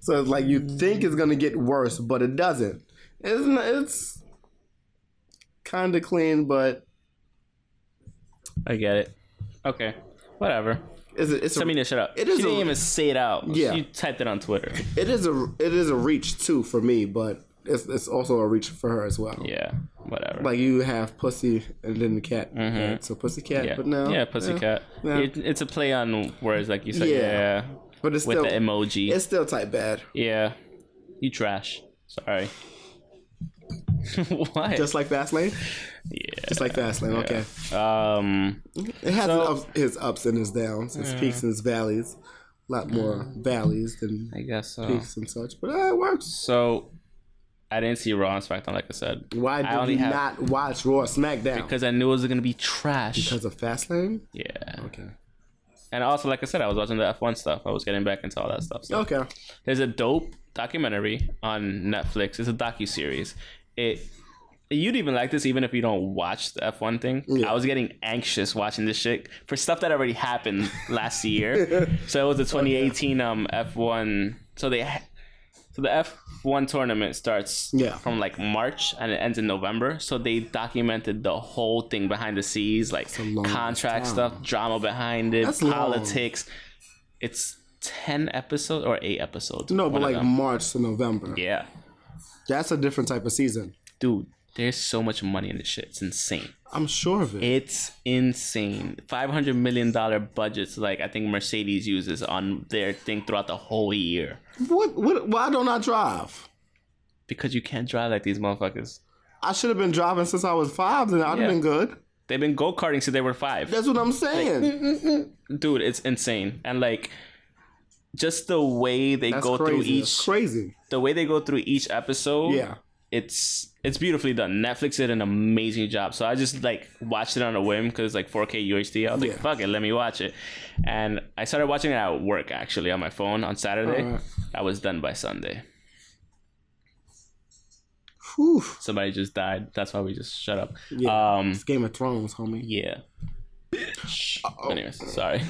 S3: So it's like you think it's gonna get worse, but it doesn't. It's not, it's kind of clean, but
S1: I get it. Okay. Whatever.
S3: it's a, it's a,
S1: Tamina, shut up.
S3: It
S1: It
S3: is
S1: is she didn't
S3: a-
S1: even say it out.
S3: Yeah.
S1: She typed it on Twitter.
S3: it is a it is a reach too for me, but it's it's also a reach for her as well.
S1: Yeah. Whatever.
S3: Like you have pussy and then the cat, right? so pussy cat,
S1: Mm-hmm. yeah.
S3: but now
S1: yeah, pussycat.
S3: yeah.
S1: It, it's a play on words, like you said.
S3: Yeah.
S1: Yeah.
S3: but it's
S1: With
S3: still
S1: the emoji.
S3: it's still type bad.
S1: Yeah. You trash. Sorry. what?
S3: Just like Fastlane?
S1: yeah.
S3: Just like Fastlane, okay.
S1: Um.
S3: It has
S1: So-
S3: its ups- its ups and its downs, its peaks and its valleys. A
S1: Mm.
S3: lot more valleys than
S1: I guess so.
S3: peaks and such, but uh, it works.
S1: So, I didn't see Raw and SmackDown, like I said,
S3: Why
S1: I
S3: did
S1: only
S3: we
S1: have-
S3: not watch Raw or SmackDown? Because,
S1: because I knew it was gonna be trash.
S3: of Fastlane?
S1: yeah.
S3: Okay.
S1: And also, like I said, I was watching the F1 stuff. I was getting back into all that stuff. So.
S3: Okay.
S1: There's a dope documentary on Netflix. It's a docu series. It you'd even like this even if you don't watch the F1 thing. I was getting anxious watching this shit for stuff that already happened last year. so it was the 2018 um F1. So they ha- so the F1 tournament starts
S3: Yeah.
S1: from like March and it ends in November. So they documented the whole thing behind the scenes, like
S3: a long
S1: contract
S3: time.
S1: stuff, drama behind it,
S3: That's long.
S1: politics it's 10 episodes or 8 episodes.
S3: No, but
S1: One of
S3: like
S1: them.
S3: March to November.
S1: Yeah.
S3: That's a different type of season.
S1: Dude, there's so much money in this shit. It's insane.
S3: I'm sure of it.
S1: It's insane. $500 million budgets, like I think Mercedes uses on their thing throughout the whole year.
S3: What, what? Why don't I drive?
S1: Because you can't drive like these motherfuckers.
S3: I should have been driving since I was five, then I'd
S1: Yeah.
S3: have been good.
S1: They've been go karting since they were five.
S3: That's what I'm saying.
S1: Dude, it's insane. And like, just the way they
S3: That's
S1: go through
S3: crazy. That's
S1: each,
S3: crazy.
S1: the way they go through each episode.
S3: Yeah.
S1: it's it's beautifully done. Netflix did an amazing job. So I just like watched it on a whim because it's like 4K UHD. I was
S3: Yeah.
S1: like, fuck it, let me watch it. And I started watching it at work actually on my phone on Saturday.
S3: Alright.
S1: I was done by Sunday.
S3: Whew.
S1: Somebody just died. That's why we just shut up.
S3: Yeah.
S1: Um,
S3: It's Game of Thrones, homie.
S1: yeah. Anyways, sorry.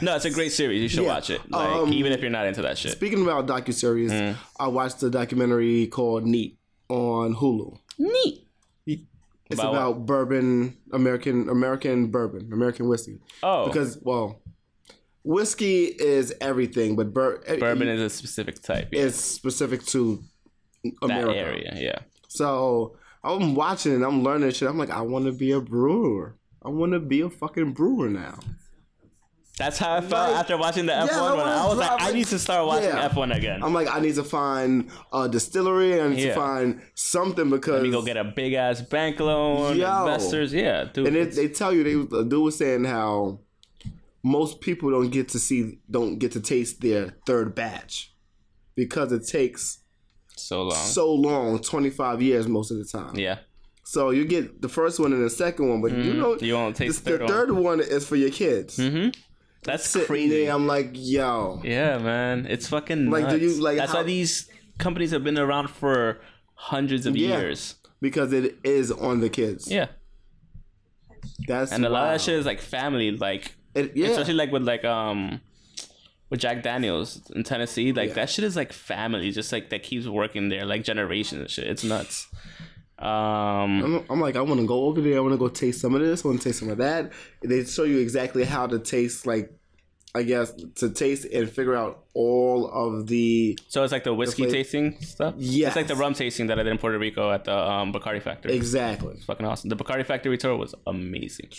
S1: no, it's a great series. You should
S3: Yeah.
S1: watch it. Like
S3: Um,
S1: even if you're not into that shit.
S3: Speaking about docuseries,
S1: Mm.
S3: I watched a documentary called Neat on Hulu.
S1: Neat.
S3: It's
S1: About
S3: about,
S1: what?
S3: bourbon, American, American bourbon, American whiskey.
S1: Oh, because
S3: Because well, whiskey is everything, but bur- eh,
S1: bourbon is a specific type. Yeah.
S3: is specific to
S1: That
S3: America.
S1: area, yeah.
S3: So I'm watching and I'm learning shit. I'm like, I want to be a brewer. I want to be a fucking brewer now.
S1: That's how I felt
S3: Like,
S1: after watching the
S3: yeah,
S1: F1
S3: I
S1: one. I
S3: was
S1: was like, I
S3: driving-
S1: need to start watching
S3: Yeah.
S1: F1 again.
S3: I'm like, I need to find a distillery. I need to
S1: Yeah.
S3: find something because
S1: Let me go get a big ass bank loan,
S3: Yo.
S1: investors. Yeah, dude.
S3: And it, they tell you they the dude was saying how most people don't get to see don't get to taste their third batch because it takes
S1: so long.
S3: so long 25 years most of the time
S1: yeah. Mm-hmm.
S3: so you get the first one and the second one but you know
S1: You won't
S3: this,
S1: taste
S3: the third one. is for your kids
S1: That's
S3: Sitting
S1: crazy.
S3: there, i'm like yo
S1: Yeah, man. It's fucking
S3: Like,
S1: nuts.
S3: do you- like,
S1: That's
S3: how-
S1: why these companies have been around for hundreds of
S3: Yeah.
S1: years.
S3: because it is on the kids
S1: Yeah.
S3: that's
S1: And a lot of that
S3: wild.
S1: shit is like family. Like,
S3: It- yeah
S1: especially like with like, um, with Jack Daniels in Tennessee, like
S3: Yeah.
S1: that shit is like family, just like that keeps working there, like generations and shit. It's nuts. Um,
S3: I'm, I'm like, I want to go over there. I want to go taste some of this. I want to taste some of that. They show you exactly how to taste, like, I guess, to taste and figure out all of the
S1: So it's like the whiskey
S3: fla-
S1: tasting stuff.
S3: Yes.
S1: it's like the rum tasting that I did in Puerto Rico at the um, Bacardi Factory. It's
S3: exactly.
S1: fucking awesome. The Bacardi Factory tour was amazing.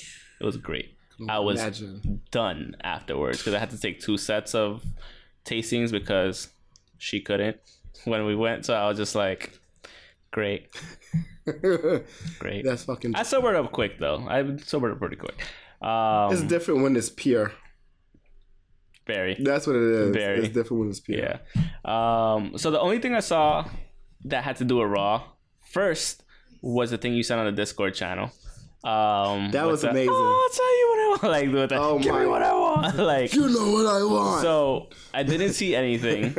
S1: It was great. I was
S3: Imagine.
S1: done afterwards because I had to take two sets of tastings because she couldn't when we went. So I was just like, great, great.
S3: That's fucking.
S1: I sobered up quick though. I sobered up pretty quick. Um,
S3: it's different when it's pure.
S1: very.
S3: That's what it is.
S1: Very.
S3: It's different when it's pure.
S1: Yeah. Um, so the only thing I saw that had to do with Raw first was the thing you sent on the Discord channel. Um,
S3: That
S1: with
S3: was
S1: the,
S3: amazing.
S1: Oh, I'll tell you what I want. Like, with the,
S3: Oh
S1: give
S3: my-
S1: me what I want. Like,
S3: You know what I want.
S1: so I didn't see anything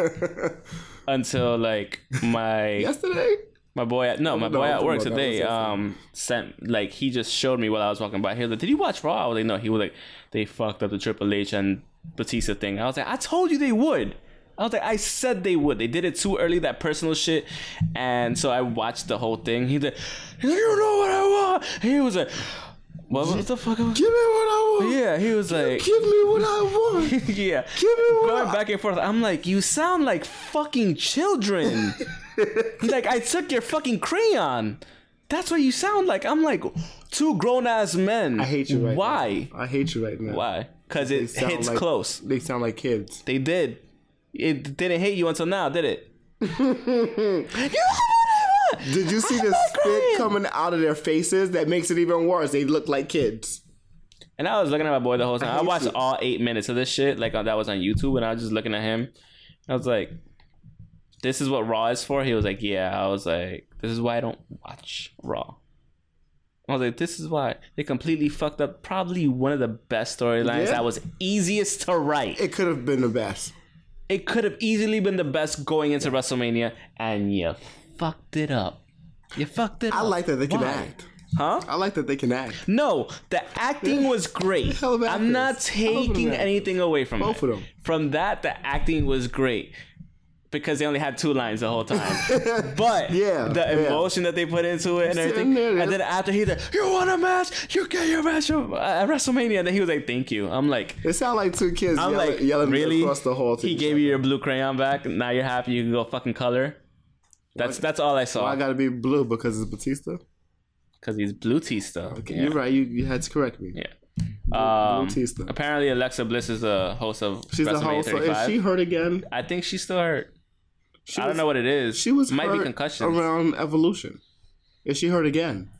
S1: until like my
S3: Yesterday,
S1: my boy. At, no, my
S3: No,
S1: boy
S3: I'm
S1: at
S3: talking
S1: work
S3: about that
S1: today.
S3: was awesome.
S1: Um, sent like he just showed me while I was walking by. He was like, "Did you watch Raw?" I was like, "No." He was like, "They fucked up the Triple H and Batista thing." I was like, "I told you they would." I was like, "I said they would." They did it too early. That personal shit. And so I watched the whole thing. He did. He's like, "You know what I want." He was like, "What, what the fuck?"
S3: give me what I want.
S1: Yeah, he was like.
S3: Give me what I want.
S1: yeah.
S3: Give me what
S1: Going
S3: I-
S1: back and forth, I'm like, you sound like fucking children. like I took your fucking crayon. That's what you sound like. I'm like two grown ass men.
S3: I hate you right
S1: Why?
S3: now. I hate you right now.
S1: Why? Because
S3: They
S1: it
S3: sound
S1: hits
S3: like-
S1: close.
S3: They sound like kids.
S1: They did. It didn't hate you until now, did it?
S3: Did you see the spit coming out of their faces? That makes it even worse. They look like kids.
S1: And I was looking at my boy the whole time. I,
S3: hate
S1: watched
S3: you.
S1: all eight minutes of this shit, like uh, that was on YouTube, and I was just looking at him. I was like, "This is what Raw is for." He was like, "Yeah." I was like, "This is why I don't watch Raw." I was like, "This is why they completely fucked up." Probably one of the best storylines
S3: Yeah.
S1: that was easiest to write.
S3: It could have been the best.
S1: It could have easily been the best going into WrestleMania, and you fucked it up. You fucked it
S3: I
S1: up.
S3: like that they can
S1: Oh, Why?
S3: act.
S1: huh?
S3: I like that they can act.
S1: No, the acting was great.
S3: Hell of
S1: I'm not
S3: actors. Hell of an
S1: taking
S3: actor.
S1: anything away from
S3: Both
S1: it.
S3: of them.
S1: From that, the acting was great because they only had two lines the whole time. but
S3: Yeah,
S1: the
S3: yeah.
S1: emotion that they put into it and
S3: Sitting
S1: everything.
S3: there,
S1: and
S3: yeah.
S1: then after he said, "You want a match? You get your match at WrestleMania." And then he was like, "Thank you." I'm like.
S3: It sound like two kids
S1: I'm
S3: yelling,
S1: like,
S3: yelling
S1: really?
S3: across the hall. To
S1: he
S3: each
S1: gave
S3: other.
S1: you your blue crayon back. Now you're happy. You can go fucking color. That's that's all I
S3: Why I
S1: saw
S3: gotta be blue because it's Batista.
S1: because he's blue tea stuff.
S3: Okay,
S1: yeah.
S3: You're right. You, you had to correct me.
S1: yeah. Um,
S3: Bautista.
S1: apparently, Alexa Bliss is the host of
S3: She's
S1: WrestleMania
S3: the host. So if
S1: 35.
S3: she hurt again,
S1: I think she's still hurt.
S3: she
S1: I don't
S3: was-
S1: know what it is.
S3: She was
S1: might be
S3: hurt
S1: concussion.
S3: around Evolution. If she hurt again,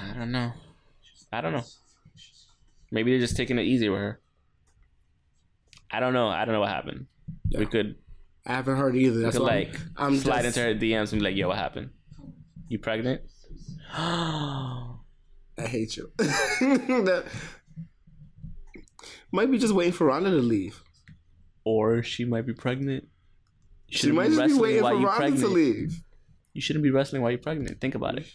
S1: I don't know. I don't know. Maybe they're just taking it easy with her. I don't know. I don't know what happened. We could,
S3: I haven't heard either. That's
S1: could
S3: why
S1: like
S3: I'm, I'm
S1: slide
S3: just,
S1: into her DMs and be like, "Yo, what happened? You pregnant?"
S3: I hate you. That- might be just waiting for Ronda to leave.
S1: or she might be pregnant. You
S3: She
S1: shouldn't
S3: might just be
S1: wrestling
S3: waiting
S1: while
S3: for
S1: you're
S3: Ronda to
S1: pregnant.
S3: leave.
S1: You shouldn't be wrestling while you're pregnant. Think about it.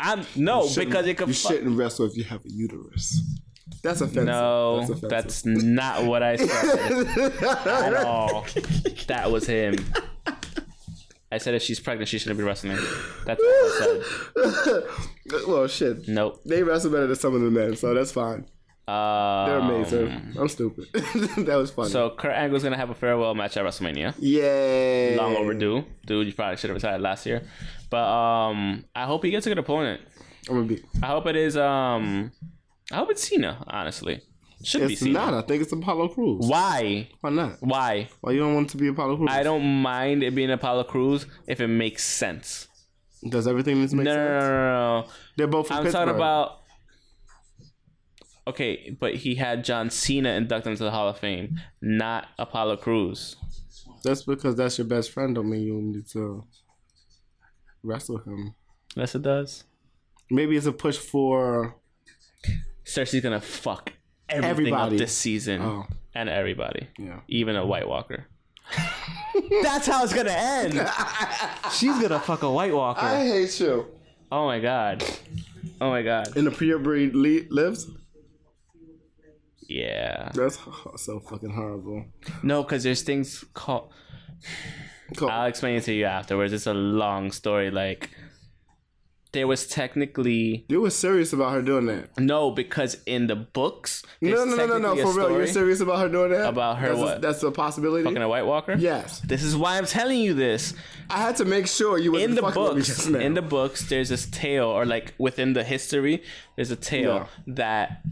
S1: I'm no
S3: Shouldn't-
S1: because it could.
S3: you
S1: fu-
S3: shouldn't wrestle if you have a uterus. That's offensive.
S1: No, that's, not what I said at
S3: offensive.
S1: all. That was him. I said if she's pregnant, she shouldn't be wrestling. That's what I said.
S3: well, shit.
S1: Nope.
S3: They wrestle better than some of the men, so that's fine.
S1: Um,
S3: They're amazing. I'm stupid. that was funny.
S1: So Kurt Angle's gonna have a farewell match at WrestleMania.
S3: Yay!
S1: Long overdue, dude. You probably should have retired last year, but um, I hope he gets a good opponent.
S3: I'm gonna be.
S1: I hope it is um, I hope it's Cena. Honestly, should be
S3: It's
S1: Cena.
S3: not. I think it's Apollo Cruz.
S1: Why?
S3: Why not?
S1: Why?
S3: Why you don't want it to be Apollo Cruz?
S1: I don't mind it being Apollo Cruz if it makes sense.
S3: Does everything this make
S1: No, no,
S3: sense?
S1: no, no, no.
S3: They're both from
S1: I'm
S3: Pittsburgh.
S1: talking about. Okay, but he had John Cena inducted into the Hall of Fame, not Apollo Cruz.
S3: Just because that's your best friend don't mean you need to wrestle him.
S1: Yes, it does.
S3: Maybe it's a push for.
S1: Cersei's gonna fuck everything
S3: Everybody.
S1: up this season
S3: Oh,
S1: and everybody,
S3: yeah.
S1: even a White Walker. That's how it's gonna end. She's gonna fuck a White Walker.
S3: I hate you.
S1: Oh my god. Oh my god.
S3: And the purebred le- lives.
S1: Yeah.
S3: That's h- so fucking horrible.
S1: No, because there's things called.
S3: Cool.
S1: I'll explain it to you afterwards. It's a long story. Like, there was technically
S3: you were serious about her doing that.
S1: no because in the books.
S3: No,
S1: there's
S3: no, no, no, no.
S1: technically a
S3: For real,
S1: story
S3: you're serious about her doing that?
S1: About her
S3: that's A,
S1: what?
S3: that's a possibility.
S1: Fucking a White Walker.
S3: yes,
S1: This is why I'm telling you this.
S3: I had to make sure you were
S1: In the
S3: fucking with me
S1: books,
S3: just now.
S1: in the books, there's this tale, or like within the history, there's a tale that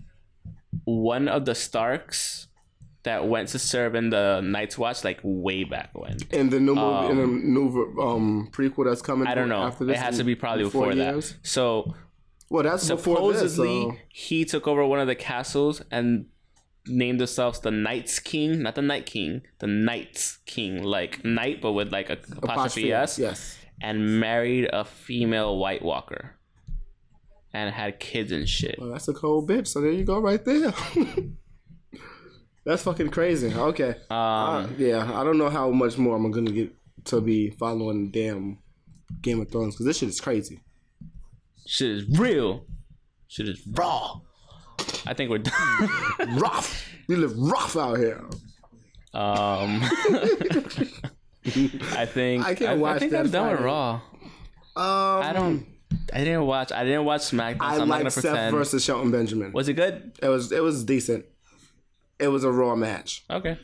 S1: one of the Starks that went to serve in the Night's Watch, like way back when.
S3: in the new movie, in the new um, prequel that's coming.
S1: I don't know.
S3: After this
S1: it has to
S3: in
S1: be probably
S3: four
S1: before
S3: years.
S1: that. So
S3: Well, that's before this. um,
S1: supposedly
S3: So.
S1: he took over one of the castles and named themselves the Knights King, not the Night King, the Knights King, like knight but with like a apostrophe s,
S3: Yes.
S1: and married a female White Walker, and had kids and shit.
S3: Well, that's a cold bitch. So there you go, right there. that's fucking crazy. Okay. Uh,
S1: Um,
S3: yeah, I don't know how much more I'm gonna get to be following damn Game of Thrones because this shit is crazy.
S1: shit is real, shit is raw. I think we're done.
S3: rough. We live rough out here.
S1: um, I think
S3: I can't
S1: I,
S3: watch
S1: think
S3: that
S1: I'm done with
S3: fight.
S1: Raw.
S3: Um,
S1: I don't. I didn't watch. I didn't watch SmackDown.
S3: I
S1: so I'm not
S3: like
S1: gonna
S3: Seth
S1: pretend.
S3: versus Shelton Benjamin.
S1: Was it good?
S3: It was it was decent. It was a raw match.
S1: Okay.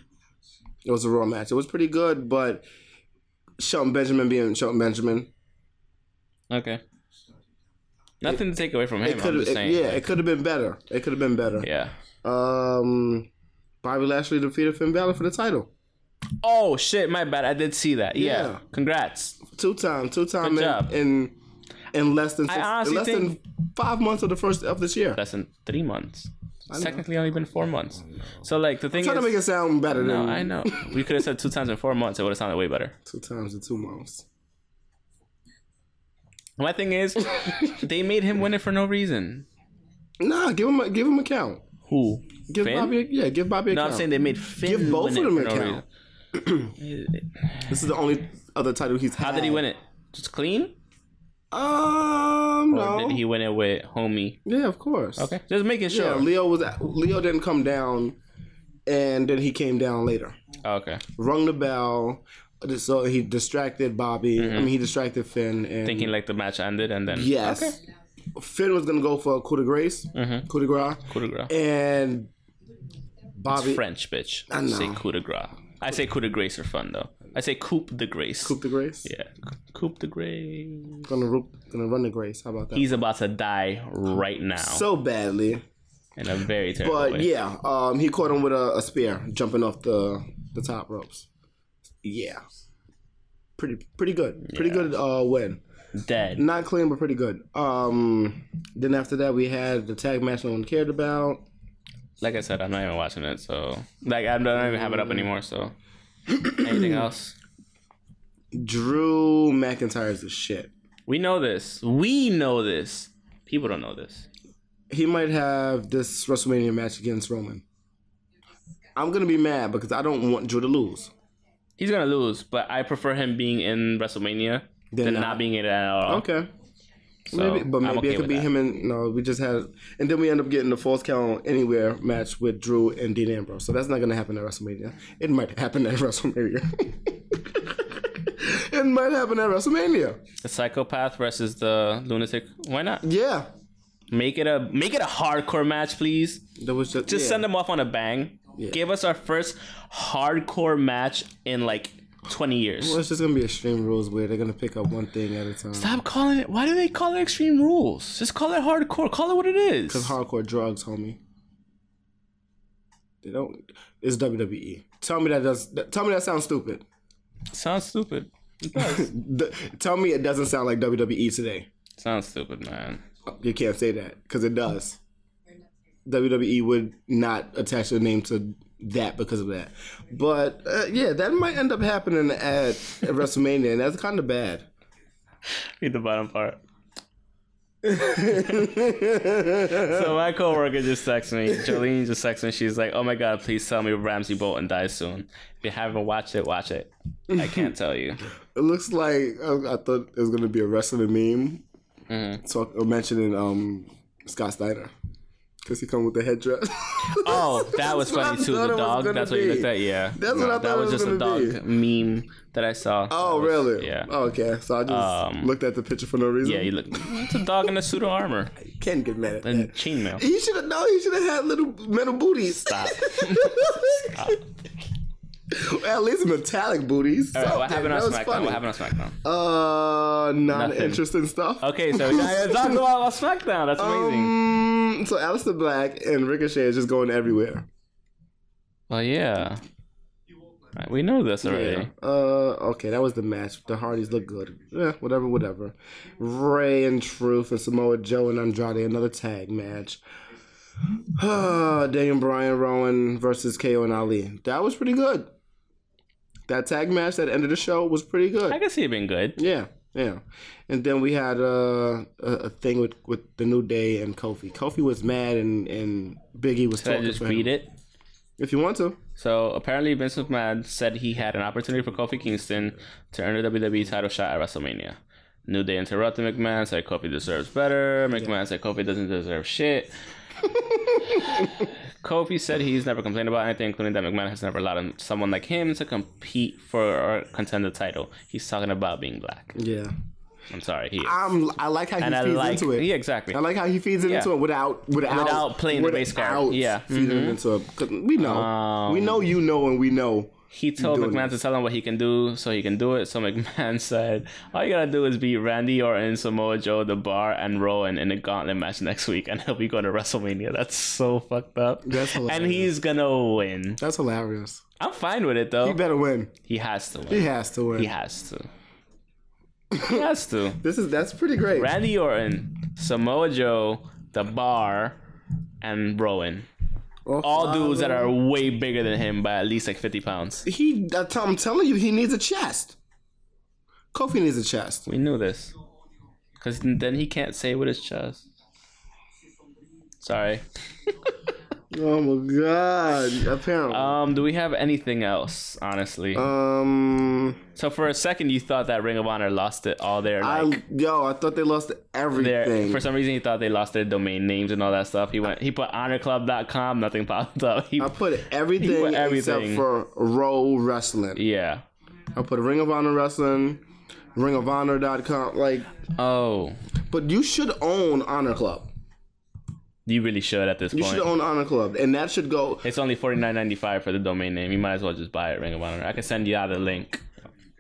S3: It was a raw match. It was pretty good, but Shelton Benjamin being Shelton Benjamin,
S1: Okay. Nothing to take away from him.
S3: it
S1: I'm
S3: could
S1: just
S3: have
S1: saying.
S3: yeah, it could have been better. It could have been better.
S1: yeah.
S3: Um, Bobby Lashley defeated Finn Balor for the title.
S1: Oh shit, my bad. I did see that. Yeah.
S3: Yeah.
S1: Congrats.
S3: Two time, two time
S1: Good
S3: in,
S1: job.
S3: in in less than six,
S1: honestly
S3: in less than five months of the first of this year.
S1: Less than three months. It's technically only been four months. So like the thing
S3: Trying to make
S1: is,
S3: it sound better
S1: no,
S3: than
S1: I know. We could have said two times in four months. It would have sounded way better.
S3: two times in two months.
S1: My thing is, they made him win it for no reason.
S3: Nah, give him a, give him a count.
S1: Who?
S3: Give
S1: Finn?
S3: Bobby, a, yeah, give Bobby a
S1: No,
S3: count.
S1: I'm saying they made Finn
S3: Give both
S1: win
S3: of them
S1: it
S3: a
S1: for no
S3: count.
S1: reason.
S3: this is the only other title he's
S1: How
S3: had.
S1: did he win it? Just clean?
S3: Um,
S1: Or
S3: no.
S1: did he win it with homie?
S3: Yeah, of course.
S1: Okay, just making
S3: Yeah,
S1: sure.
S3: Leo was Leo didn't come down, and then he came down later.
S1: okay,
S3: Rung the bell, so he distracted Bobby. I mean, he distracted Finn. And
S1: Mm-hmm. thinking like the match ended and then
S3: yes, Finn was gonna go for a coup de grace,
S1: Mm-hmm.
S3: coup de grace,
S1: coup de grace.
S3: Eh, and Bobby
S1: French bitch.
S3: I know.
S1: Say coup de grace. I say coup de grace for fun though. I say coup de grace.
S3: coup de grace.
S1: yeah, coup de grace.
S3: Gonna ru- gonna run the grace. How about that?
S1: He's about to die right now
S3: so badly,
S1: in a very terrible
S3: but
S1: way.
S3: yeah, um, he caught him with a, a spear jumping off the the top ropes. Yeah, pretty pretty good, pretty good uh win.
S1: Dead.
S3: Not clean, but pretty good. Um, then after that, we had the tag match no one cared about.
S1: Like I said, I'm not even watching it. So like I don't even have it up anymore. So anything else?
S3: Drew McIntyre's the shit.
S1: We know this. We know this. People don't know this.
S3: He might have this WrestleMania match against Roman. I'm gonna be mad because I don't want Drew to lose.
S1: He's gonna lose, but I prefer him being in WrestleMania
S3: Than
S1: than
S3: not.
S1: not, being in it at all.
S3: Okay,
S1: So,
S3: maybe, but
S1: I'm
S3: maybe
S1: okay
S3: it could
S1: with
S3: be
S1: that.
S3: him and no. We just had, and then we end up getting the false count anywhere match with Drew and Dean Ambrose. So that's not gonna happen at WrestleMania. It might happen at WrestleMania. it might happen at WrestleMania.
S1: The psychopath versus the lunatic. Why not?
S3: Yeah,
S1: Make it a make it a hardcore match, please.
S3: that was just,
S1: Just
S3: yeah.
S1: send them off on a bang. Give us our first hardcore match in like 20 years.
S3: Well, it's just gonna be extreme rules where they're gonna pick up one thing at a time.
S1: Stop calling it. Why do they call it extreme rules? Just call it hardcore. Call it what it is.
S3: Hardcore drugs, homie. They don't. It's WWE. Tell me that does. th- Tell me that sounds stupid.
S1: Sounds stupid.
S3: Th- tell me it doesn't sound like WWE today.
S1: Sounds stupid, man.
S3: You can't say that because it does. WWE would not attach their name to that because of that. But uh, yeah, that might end up happening at, at WrestleMania, and that's kind of bad.
S1: Read the bottom part. so my coworker just texted me. Jolene just texted me. She's like, "Oh my god, please tell me Ramsey Bolton dies soon. If you haven't watched it, watch it. I can't tell you.
S3: It looks like I, I thought it was gonna be a wrestling meme,
S1: Mm-hmm.
S3: talk or mentioning um Scott Steiner because he come with the headdress.
S1: Oh, that was
S3: That's what I
S1: funny too.
S3: thought it
S1: The
S3: was
S1: dog.
S3: gonna
S1: That's what you
S3: be.
S1: looked at. Yeah.
S3: That's what I
S1: that
S3: thought it
S1: was
S3: was
S1: just a
S3: gonna
S1: dog meme that I saw. That
S3: oh,
S1: was-
S3: really?
S1: Yeah.
S3: Oh, okay, so I just
S1: Um,
S3: looked at the picture for no reason.
S1: Yeah. You look. It's a dog in a suit of armor
S3: can't get mad at
S1: and
S3: that.
S1: chainmail.
S3: He should have no. He should have had little metal booties.
S1: Stop.
S3: at least metallic booties.
S1: All right, what
S3: Something.
S1: happened on
S3: That was
S1: SmackDown?
S3: funny.
S1: What happened on SmackDown?
S3: Uh, not interesting stuff.
S1: Okay, so yeah, yeah, talk about on SmackDown. That's amazing.
S3: Um, so Alistair Black and Ricochet is just going everywhere.
S1: Well, yeah. Right, we know this already.
S3: Yeah. Uh, okay, that was the match. The Hardys look good. Yeah, whatever, whatever. Ray and Truth and Samoa Joe and Andrade, another tag match. Ah, Daniel Bryan Rowan versus KO and Ali. That was pretty good. That tag match that ended the show was pretty
S1: I
S3: good.
S1: can see it being good.
S3: Yeah, yeah. And then we had uh, a, a thing with, with the New Day and Kofi. Kofi was mad and, and Biggie was
S1: Should I
S3: talking
S1: just
S3: for
S1: read
S3: him.
S1: it?
S3: If you want to.
S1: So apparently, Vince McMahon said he had an opportunity for Kofi Kingston to earn the WWE title shot at WrestleMania. New Day interrupted McMahon, said Kofi deserves better. McMahon said Kofi doesn't deserve shit. Kofi said he's never complained about anything, including that McMahon has never allowed him, someone like him to compete for or contend the title. He's talking about being black.
S3: Yeah.
S1: I'm sorry, he is.
S3: I'm, I like how he
S1: and I
S3: feeds
S1: like,
S3: into it.
S1: yeah, exactly.
S3: I like how he feeds it
S1: Yeah.
S3: into it without without
S1: Without playing the base card.
S3: without
S1: Yeah. Mm-hmm. Um,
S3: feeding it into it. 'Cause we know, we know, you know, and we know
S1: He told
S3: doing
S1: McMahon to tell him what he can do so he can do it. So McMahon said, All you gotta do is beat Randy Orton, Samoa Joe, The Bar, and Rowan in a gauntlet match next week, and he'll be going to WrestleMania. That's so fucked up.
S3: That's hilarious.
S1: and he's gonna win.
S3: That's hilarious.
S1: I'm fine with it
S3: He
S1: though.
S3: better win.
S1: He has to
S3: He
S1: win.
S3: has to win.
S1: He has to. He has to.
S3: This is that's pretty great.
S1: Randy Orton, Samoa Joe, The Bar, and Rowan.
S3: Well,
S1: All dudes
S3: uh,
S1: that are way bigger than him by at least like 50 pounds.
S3: He. That's, I'm telling you, he needs a chest. Kofi needs a chest.
S1: We knew this. Because then he can't say with his chest. Sorry.
S3: Oh my god! Apparently.
S1: Um, do we have anything else, honestly?
S3: Uh, um.
S1: so for a second, you thought that Ring of Honor lost it all their like
S3: I yo, I thought they lost
S1: their.
S3: everything.
S1: For some reason, he thought they lost their domain names and all that stuff. He went. He put HonorClub.com. Nothing popped up. He,
S3: I put everything,
S1: everything.
S3: except for Row Wrestling.
S1: yeah.
S3: I put Ring of Honor Wrestling, Ring of Honor.com. Like,
S1: Oh,
S3: but you should own Honor Club.
S1: you really should at this
S3: You
S1: point.
S3: should own Honor Club, and that should go.
S1: It's only forty nine ninety five for the domain name. You might as well just buy it, Ring of Honor. I can send you out a link.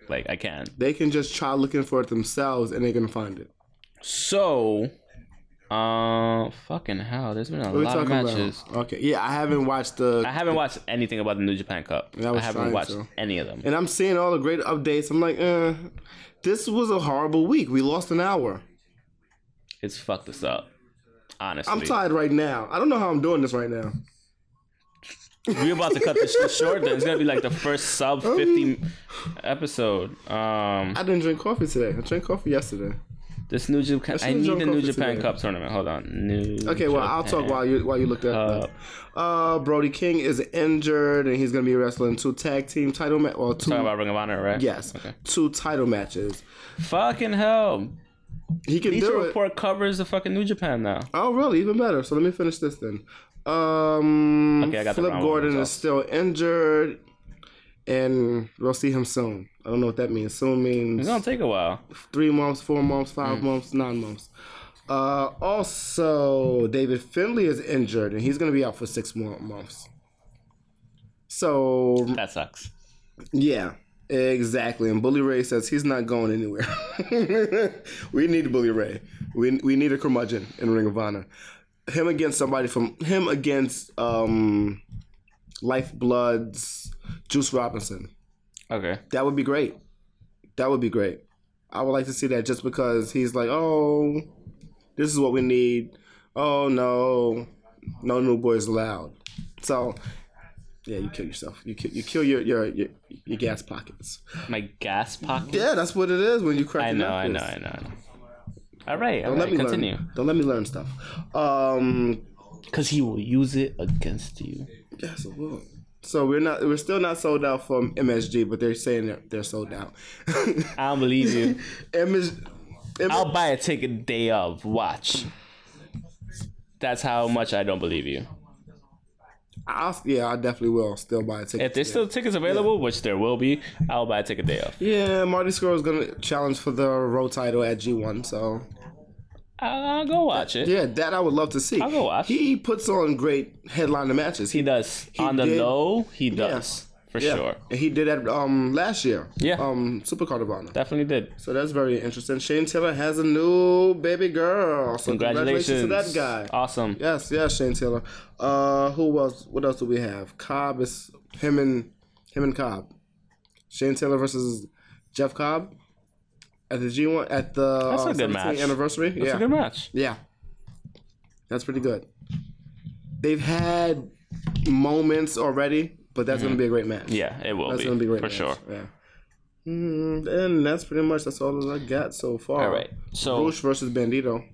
S1: Like I can.
S3: They can just try looking for it themselves, and they can find it.
S1: So, uh, fucking hell, there's been a
S3: What are we
S1: lot of
S3: talking
S1: matches.
S3: about? Okay, yeah, I haven't watched the,
S1: I haven't watched anything about the New Japan Cup.
S3: I
S1: I,
S3: was
S1: haven't
S3: trying
S1: watched
S3: to.
S1: any of them.
S3: and I'm seeing all the great updates. I'm like, eh, this was a horrible week. We lost an hour.
S1: It's fucked us up. Honestly,
S3: I'm tired right now. I don't know how I'm doing this right now.
S1: we're about to cut this shit short. Then it's gonna be like the first sub
S3: Um,
S1: fifty episode. Um,
S3: I didn't drink coffee today. I drank coffee yesterday.
S1: this New Japan. I
S3: is
S1: need
S3: John
S1: the New
S3: Coffey
S1: Japan
S3: today.
S1: Cup tournament. Hold on. New
S3: Okay, well, I'll
S1: Japan.
S3: talk while you while you look that up. Uh, Brody King is injured, and he's gonna be wrestling two tag team title ma- well, two
S1: Talking about Ring of Honor, right?
S3: yes,
S1: Okay.
S3: two title matches.
S1: Fucking hell.
S3: He can
S1: Bleacher
S3: do it.
S1: Report covers the fucking New Japan now.
S3: Oh, really? Even better. So let me finish this then. Um,
S1: Okay, I got the
S3: Flip
S1: wrong
S3: Gordon
S1: ones
S3: is still injured, and we'll see him soon. I don't know what that means. Soon means
S1: It's gonna take a while.
S3: three months, four months, five
S1: Mm.
S3: months, nine months. Uh, also, David Finley is injured, and he's going to be out for six more months. So
S1: That sucks.
S3: yeah, exactly. And Bully Ray says he's not going anywhere. we need Bully Ray. We we need a curmudgeon in Ring of Honor. Him against somebody from him against um, Lifeblood's Juice Robinson.
S1: Okay.
S3: That would be great. That would be great. I would like to see that just because he's like, oh, this is what we need. Oh no, no new boys allowed. So, yeah, you kill yourself. You kill you kill your your your, your gas pockets.
S1: My gas pocket.
S3: Yeah, that's what it is when you crack.
S1: I
S3: your
S1: know, I know,
S3: knuckles.
S1: I know, I know. All right, all
S3: Don't let
S1: right
S3: me
S1: continue.
S3: learn. Don't let me learn stuff. Um,
S1: Because he will use it against you.
S3: yes, I will. So we're not we're still not sold out from MSG, but they're saying they're, they're sold out.
S1: I don't believe you.
S3: MSG.
S1: I'll buy a ticket day of. Watch. That's how much I don't believe you.
S3: I'll, yeah, I definitely will still buy a ticket.
S1: If there's still tickets available, which there will be, I'll buy a ticket day off.
S3: yeah, Marty Skrull is gonna challenge for the row title at G1. So
S1: I'll go watch it.
S3: yeah, that I would love to see.
S1: I'll go watch.
S3: He puts on great headliner matches.
S1: He does. On the
S3: did-
S1: low, he does. For
S3: yeah,
S1: sure.
S3: and he did that um last year.
S1: Yeah.
S3: um Supercard of Honor.
S1: Definitely did.
S3: So that's very interesting. Shane Taylor has a new baby girl. So
S1: Congratulations.
S3: congratulations to that guy.
S1: Awesome.
S3: Yes, yes, Shane Taylor. Uh, who else? What else do we have? Cobb is him and him and Cobb. Shane Taylor versus Jeff Cobb at the G one at the
S1: That's a
S3: uh,
S1: good
S3: 17th
S1: match.
S3: anniversary.
S1: It's
S3: yeah,
S1: a good match.
S3: yeah, that's pretty good. They've had moments already, but that's gonna be a great match.
S1: Mm-hmm. Yeah, it will
S3: that's
S1: be,
S3: gonna be a great
S1: for
S3: match.
S1: sure.
S3: Yeah. Mm, and that's pretty much that's all that I got so far.
S1: All right, so
S3: Bush versus Bandito.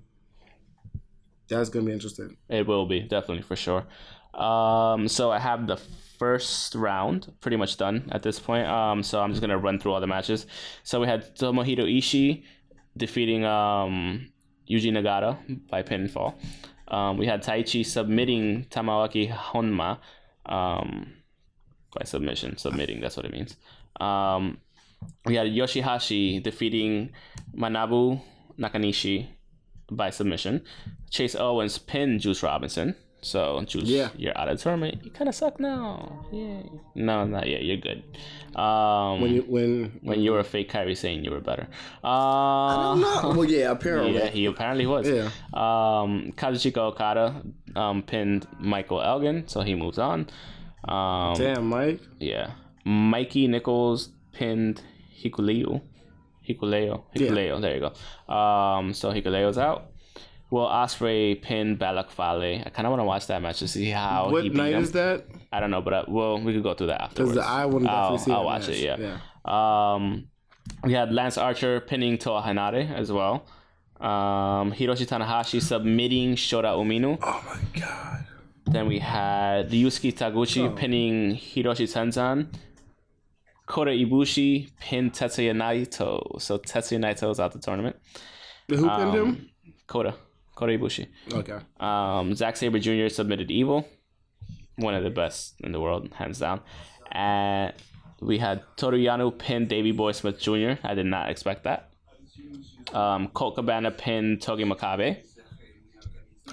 S3: That's gonna be interesting.
S1: It will be definitely for sure. Um, so I have the first round pretty much done at this point. Um, so I'm just gonna run through all the matches. So we had Tomohiro Ishii defeating um Yuji Nagata by pinfall. Um, we had Taichi submitting Tamawaki Honma um, by submission. Submitting, that's what it means. Um, we had Yoshihashi defeating Manabu Nakanishi by submission. Chase Owens pinned Juice Robinson So and she was,
S3: Yeah.
S1: you're out of tournament. You kind of suck now. Yeah. No, not yet. You're good. Um,
S3: When you when
S1: when you were a fake Kyrie saying you were better. Uh,
S3: no, well yeah, apparently.
S1: Yeah, he apparently was.
S3: Yeah.
S1: Um, Kazuchika Okada um, pinned Michael Elgin, so he moves on. Um,
S3: Damn, Mike.
S1: Yeah. Mikey Nichols pinned Hikuleo. Hikuleo. Hikuleo. There you go. Um, so Hikuleo's out. Will Osprey pinned Balak Fale. I kind of want to watch that match to see how
S3: What
S1: Oh, he beat
S3: night
S1: him.
S3: is that?
S1: I don't know, but I, well, we could go through that afterwards.
S3: Because I want to definitely
S1: I'll,
S3: see.
S1: Oh, I'll
S3: that
S1: watch
S3: match.
S1: it. Yeah. Um, we had Lance Archer pinning Toa Hanare as well. Um, Hiroshi Tanahashi submitting Shota Umino.
S3: Oh my god. Oh.
S1: Then we had Ryusuke Taguchi pinning Hiroshi Tenzan. Kota Ibushi pinned Tetsuya Naito. So Tetsuya Naito is out the tournament.
S3: The who pinned
S1: Um,
S3: him?
S1: Kota. Kota Ibushi.
S3: Okay.
S1: Um, Zack Sabre Jr. submitted Evil. One of the best in the world, hands down. And we had Toruyano pinned Davey Boy Smith Jr. I did not expect that. Um, Colt Cabana pinned Togi Makabe.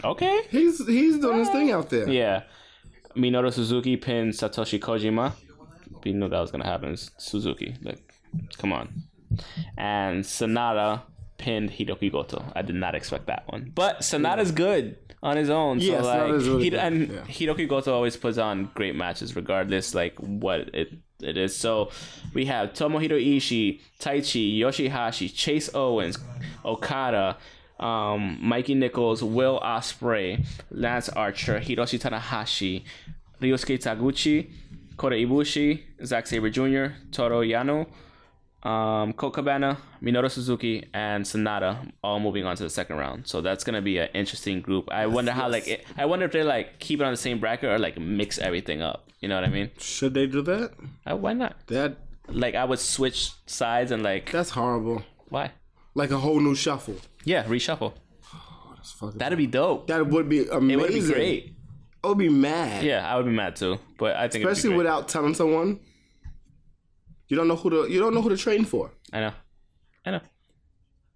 S1: Okay.
S3: He's he's doing his thing out there.
S1: Yeah. Minoru Suzuki pinned Satoshi Kojima. We knew that was gonna happen. It's Suzuki. Like, come on. And Sonata pinned Hidoki Goto. I did not expect that one. But Sonata's good on his own.
S3: Yeah,
S1: so like
S3: Sonata's really
S1: he,
S3: good,
S1: and
S3: yeah.
S1: Hidoki Goto always puts on great matches regardless like what it it is. So we have Tomohiro Ishii, Taichi, Yoshihashi, Chase Owens, Okada, um, Mikey Nichols, Will Osprey, Lance Archer, Hiroshi Tanahashi, Ryosuke Taguchi, Kota Ibushi, Zack Sabre Jr., Toro Yano, um, Colt Cabana, Minoru Suzuki, and Sonata all moving on to the second round. So that's gonna be an interesting group. I wonder how like it, I wonder if they like keep it on the same bracket or like mix everything up. You know what I mean?
S3: Should they do that?
S1: Uh, why not?
S3: That
S1: Like I would switch sides and like
S3: that's horrible.
S1: why?
S3: Like a whole new shuffle.
S1: Yeah, reshuffle.
S3: That's fucking,
S1: That'd be dope.
S3: that would be amazing.
S1: It would be great.
S3: I would be mad.
S1: Yeah, I would be mad too, but I think
S3: Especially
S1: it'd be great.
S3: without telling someone. You don't know who to you don't know who to train for.
S1: I know, I know,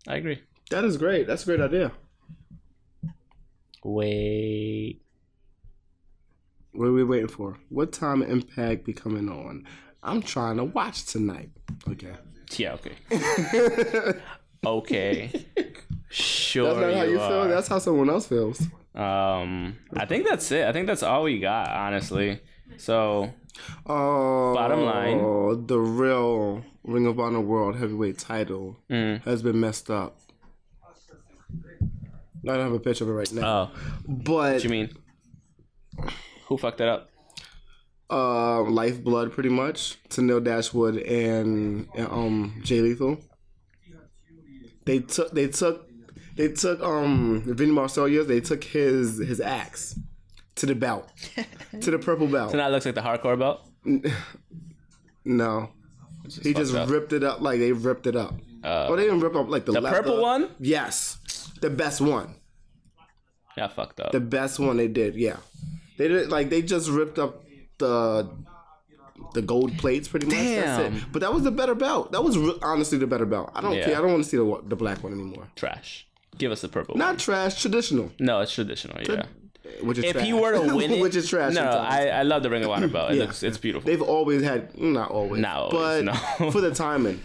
S1: I agree.
S3: That is great. That's a great idea.
S1: Wait,
S3: What are we waiting for? What time Impact be coming on? I'm trying to watch tonight. Okay.
S1: yeah, okay, okay, sure.
S3: That's not how you
S1: are.
S3: feel. That's how someone else feels.
S1: Um, I think that's it. I think that's all we got, honestly. So
S3: Oh,
S1: Bottom line.
S3: the real Ring of Honor World Heavyweight Title
S1: mm.
S3: has been messed up. I don't have a picture of it right now,
S1: Oh,
S3: but
S1: you mean who fucked it up?
S3: uh, Lifeblood pretty much to Neil Dashwood and, and um Jay Lethal. They took they took they took um Vinny Marcellius. They took his his axe to the belt to the purple belt.
S1: So now it looks like the hardcore belt.
S3: No, he just
S1: fucked up. Uh,
S3: ripped it up like they ripped it up. oh, they didn't rip up like the,
S1: The purple one?
S3: Yes, the best one.
S1: Yeah, fucked up.
S3: The best one they did. Yeah, they did like they just ripped up the the gold plates pretty much. That's it.
S1: Damn.
S3: But that was the better belt. That was re- honestly the better belt. I don't
S1: Yeah.
S3: care. I don't want to see the wa- the black one anymore.
S1: trash. Give us the purple. one.
S3: Not trash, traditional.
S1: No, it's traditional. Yeah.
S3: Which is
S1: If
S3: trash.
S1: you were to win it,
S3: which is trash.
S1: No, no,
S3: sometimes.
S1: I, I love the Ring of Honor belt. It
S3: Yeah.
S1: looks, it's beautiful.
S3: They've always had not always,
S1: Not always,
S3: but
S1: no.
S3: for the timing,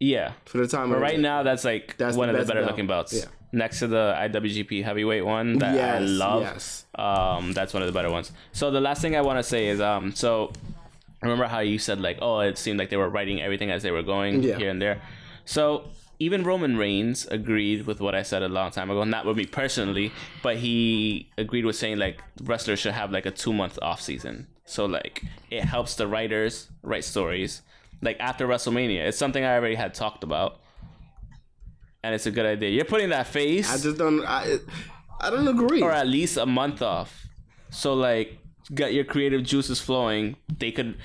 S1: yeah.
S3: for the timing.
S1: But right now, that's like
S3: That's
S1: one
S3: the
S1: of the
S3: best
S1: better
S3: belt.
S1: looking belts.
S3: Yeah.
S1: Next to the IWGP heavyweight one that I
S3: Yes,
S1: love.
S3: yes.
S1: Um, that's one of the better ones. So the last thing I want to say is um, so remember how you said like, oh, it seemed like they were writing everything as they were going
S3: Yeah.
S1: here and there. So even Roman Reigns agreed with what I said a long time ago, not with me personally, but he agreed with saying like wrestlers should have like a two month off season. So like it helps the writers write stories. Like after WrestleMania, it's something I already had talked about, and it's a good idea. You're putting that face
S3: I just don't. I I don't agree.
S1: or at least a month off. So like, got your creative juices flowing. They could,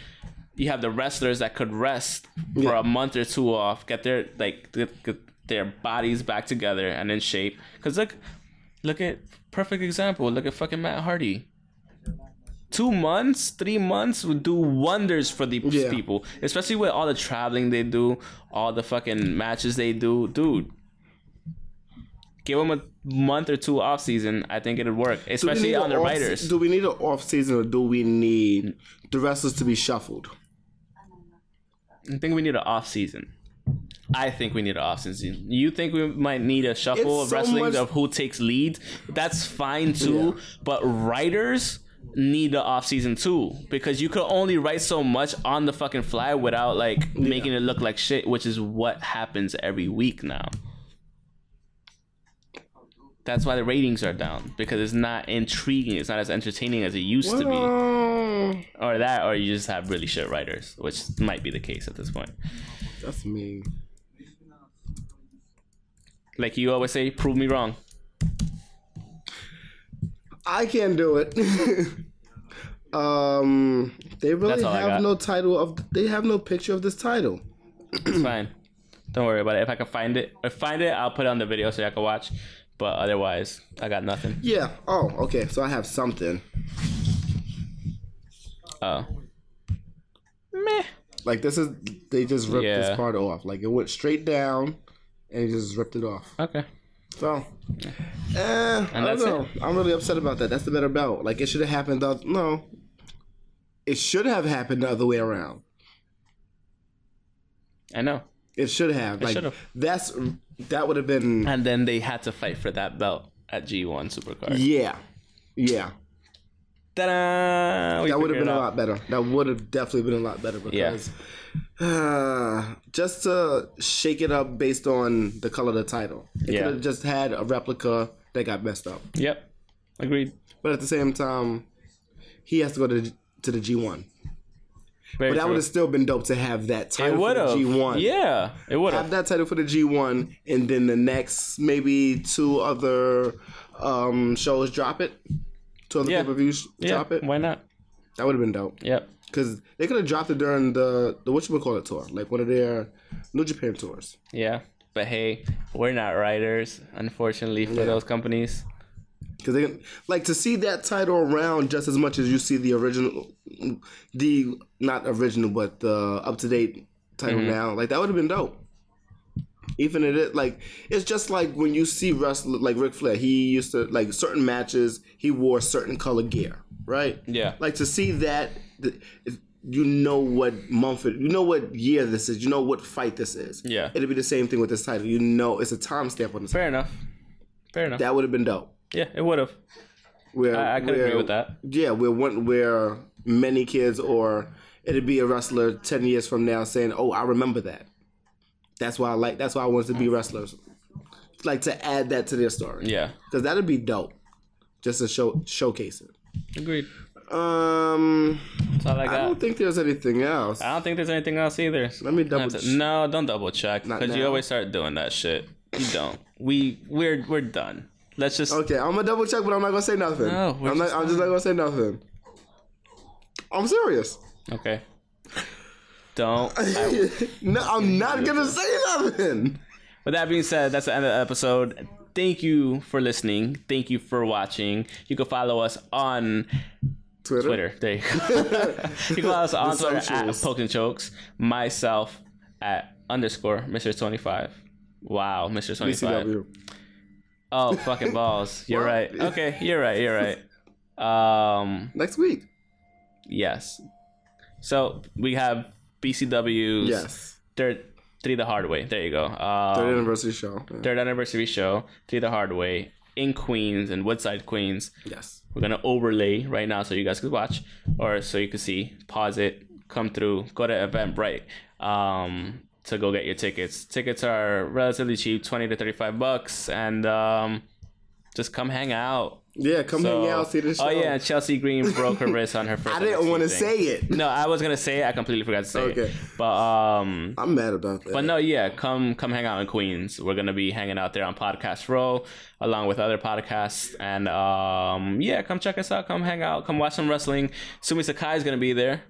S1: you have the wrestlers that could rest for
S3: Yeah.
S1: a month or two off, get their like get, get their bodies back together and in shape. Cause look, look at perfect example. Look at fucking Matt Hardy. Two months, three months would do wonders for these
S3: Yeah.
S1: people, especially with all the traveling they do, all the fucking matches they do, dude. Give them a month or two off season. I think it'd work,
S3: Do we
S1: especially
S3: need
S1: on
S3: a
S1: the
S3: off-
S1: writers. Mm.
S3: Do we need an off season or do we need the wrestlers to be shuffled?
S1: I think we need an off season. I think we need an off season. You think we might need a shuffle
S3: It's
S1: of
S3: so
S1: wrestling
S3: much-
S1: of who takes lead? That's fine too. But writers need the off season too because you could only write so much on the fucking fly without like making it look like shit, which is what happens every week now. That's why the ratings are down because it's not intriguing. It's not as entertaining as it used to be
S3: Well,
S1: or that, or you just have really shit writers, which might be the case at this point.
S3: That's me.
S1: Like you always say, prove me wrong.
S3: I can't do it. um, they really
S1: That's all I got.
S3: have no title of. They have no picture of this title.
S1: It's fine. Don't worry about it. If I can find it, if I find it, I'll put it on the video so y'all can watch. But otherwise, I got nothing.
S3: Yeah. Oh, okay. So I have something.
S1: Oh. Meh.
S3: Like this is they just ripped
S1: Yeah.
S3: this part off. Like it went straight down, and they just ripped it off.
S1: Okay.
S3: So, eh, I don't
S1: that's
S3: know. I'm really upset about that. That's the better belt. Like it should have happened. The, no, it should have happened the other way around.
S1: I know.
S3: It should have. Like
S1: should've.
S3: that's that would have been.
S1: And then they had to fight for that belt at G1 Supercard.
S3: Yeah, yeah.
S1: Ta-da! We
S3: That would have
S1: figured it
S3: been a
S1: out.
S3: lot better. That would have definitely been a lot better because uh, just to shake it up based on the color of the title, it
S1: Yeah.
S3: could have just had a replica that got messed up.
S1: Yep. Agreed.
S3: But at the same time, he has to go to to the G one.
S1: Very
S3: But that
S1: true.
S3: would have still been dope to have that
S1: It
S3: title for
S1: would
S3: the
S1: have.
S3: G one.
S1: Yeah. It would
S3: Have
S1: have.
S3: that title for the G one, and then the next maybe two other um, shows drop it. Two other
S1: Yeah.
S3: pay per views
S1: Yeah.
S3: drop it.
S1: Why not?
S3: That would have been dope.
S1: Yep.
S3: Cause they could have dropped it during the the what you call it tour, like one of their New Japan tours.
S1: Yeah. But hey, we're not writers, unfortunately, for those companies.
S3: Cause they can- like to see that title around just as much as you see the original, the not original but the up to date title
S1: Mm-hmm.
S3: now. Like that would have been dope. Even it is like it's just like when you see wrestler like Ric Flair, he used to like certain matches he wore certain color gear, right?
S1: Yeah.
S3: Like to see that, th- if you know what month, it, you know what year this is, you know what fight this is.
S1: Yeah.
S3: it'd be the same thing with this title. You know, it's a timestamp on this.
S1: Fair enough. Fair enough.
S3: That would have been dope.
S1: yeah, it would have.
S3: Where
S1: I, I could agree
S3: where-
S1: with that.
S3: Yeah, where one where many kids or it'd be a wrestler ten years from now saying, "Oh, I remember that. That's why I like. That's why I wanted to be wrestlers." Like to add that to their story.
S1: Yeah.
S3: because that'd be dope. Just to show showcase it.
S1: Agreed.
S3: Um,
S1: That's all I got.
S3: I don't think there's anything else.
S1: there's anything else either.
S3: Let me double.
S1: Not to- no, don't double check because you
S3: now.
S1: always start doing that shit. You don't. We we're we're done. Let's just
S3: Okay, I'm gonna double check, but I'm not gonna say nothing.
S1: No, we're
S3: I'm not.
S1: just
S3: I'm just not gonna say nothing. I'm serious.
S1: okay. Don't.
S3: no, I'm not gonna say nothing.
S1: With that being said, that's the end of the episode. Thank you for listening. Thank you for watching. You can follow us on
S3: Twitter.
S1: Twitter. There you go. you can follow us on
S3: The
S1: Twitter
S3: socials.
S1: at Pokes and Chokes. Myself at underscore Mr. Twenty Five. Wow, Mr. Twenty Five.
S3: CW.
S1: Oh fucking balls. You're
S3: What?
S1: right. Okay, you're right, you're right. Um
S3: Next week.
S1: yes. So we have BCW's
S3: Yes.
S1: third three the hard way. There you go.
S3: Third
S1: Um,
S3: anniversary show. Yeah.
S1: third anniversary show, three the hard way in Queens and Woodside Queens.
S3: Yes.
S1: We're gonna overlay right now so you guys could watch or so you could see. Pause it, come through, go to Eventbrite um, to go get your tickets. Tickets are relatively cheap, twenty to thirty-five bucks, and um, just come hang out.
S3: Yeah, come hang out, see the show.
S1: Oh yeah, and Chelsea Green broke her wrist on her first.
S3: I didn't want to
S1: NXT thing.
S3: say it.
S1: No, I was gonna say it. I completely forgot to say it.
S3: Okay.
S1: But um,
S3: I'm mad about that.
S1: but no, yeah, come come hang out in Queens. We're gonna be hanging out there on Podcast Row, along with other podcasts, and um, yeah, come check us out. Come hang out. Come watch some wrestling. Sumi Sakai is gonna be there,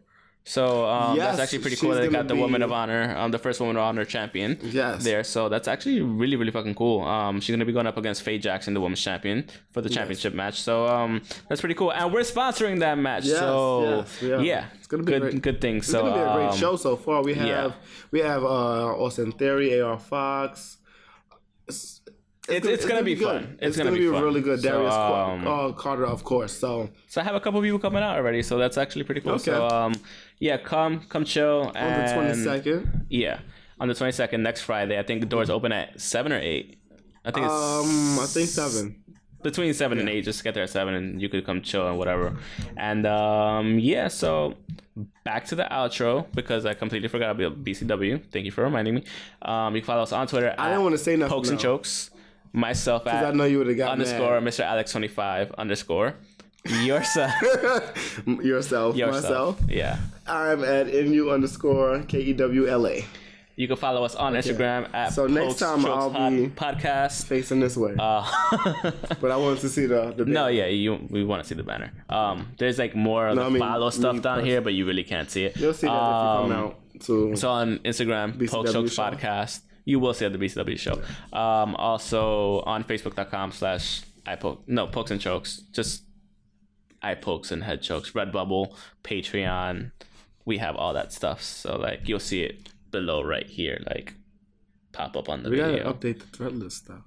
S1: so um, that's
S3: Yes,
S1: actually pretty cool.
S3: she's
S1: That they got
S3: gonna
S1: the Woman
S3: be-
S1: of Honor, um, the first Woman of Honor champion.
S3: Yes.
S1: there. So that's actually really really fucking cool. Um, she's gonna be going up against Faye Jackson, the Women's Champion, for the championship match. So um, that's pretty cool, and we're sponsoring that match.
S3: Yes,
S1: so
S3: yes, we are.
S1: yeah,
S3: It's gonna be
S1: good
S3: great.
S1: good things.
S3: It's
S1: so
S3: gonna be a great
S1: um,
S3: show so far. We have
S1: yeah.
S3: we have uh Austin Theory, AR Fox,
S1: It's, it's, gonna, be
S3: good.
S1: fun. It's, gonna, be, fun.
S3: really good. Darius
S1: so,
S3: Car-
S1: um,
S3: uh, Carter, of course. So
S1: so I have a couple people coming out already, so that's actually pretty cool.
S3: Okay.
S1: So um, yeah, come come chill
S3: on the twenty
S1: and-
S3: second,
S1: Yeah, on the twenty second next Friday. I think the doors open at seven or eight. I think it's
S3: um, I think seven.
S1: between seven and eight. Just get there at seven, and you could come chill and whatever. And um, yeah, so back to the outro because I completely forgot about BCW. Thank you for reminding me. Um, you can follow us on Twitter.
S3: I didn't want to say nothing.
S1: pokes and
S3: though,
S1: chokes. Myself
S3: 'cause I
S1: at
S3: know you would have got
S1: underscore
S3: mad.
S1: Mr. Alex twenty five underscore yourself yourself.
S3: yourself, myself.
S1: Yeah.
S3: I'm at nu underscore k e w l a.
S1: You can follow us on Instagram at
S3: So
S1: Pokes,
S3: next time
S1: Chokes
S3: I'll
S1: Pod-
S3: be-
S1: podcast.
S3: Facing this way,
S1: Uh,
S3: but I wanted to see the the.
S1: No, yeah, you we want to see the banner. Um, there's like more of
S3: No,
S1: the
S3: I mean,
S1: follow stuff
S3: me
S1: down
S3: first.
S1: here, but you really can't see it.
S3: You'll see that if you come out. To
S1: Um, So on Instagram,
S3: BCW
S1: Poke Chokes
S3: show.
S1: Podcast, you will see at the BCW show. Um, also on Facebook.com slash I poke no pokes and chokes, just eye pokes and head chokes, Redbubble, Patreon, we have all that stuff. So like you'll see it below right here, like pop up on the
S3: we gotta
S1: video
S3: update the thread list stuff.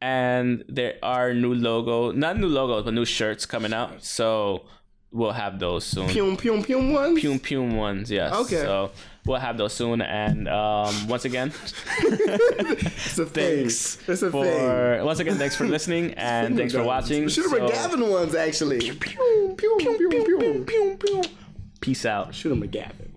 S1: and there are new logo, not new logos, but new shirts coming out. So we'll have those soon.
S3: Pium pium pium one.
S1: Pum pum ones, yes.
S3: Okay.
S1: So we'll have those soon. And um, once again,
S3: It's a
S1: thanks
S3: thing. It's a
S1: for
S3: thing.
S1: once again, thanks for listening and thanks for watching.
S3: Should have
S1: So,
S3: been Gavin ones actually. Pew pew pew pew pew pew.
S1: Peace out.
S3: Shoot him a Gavin.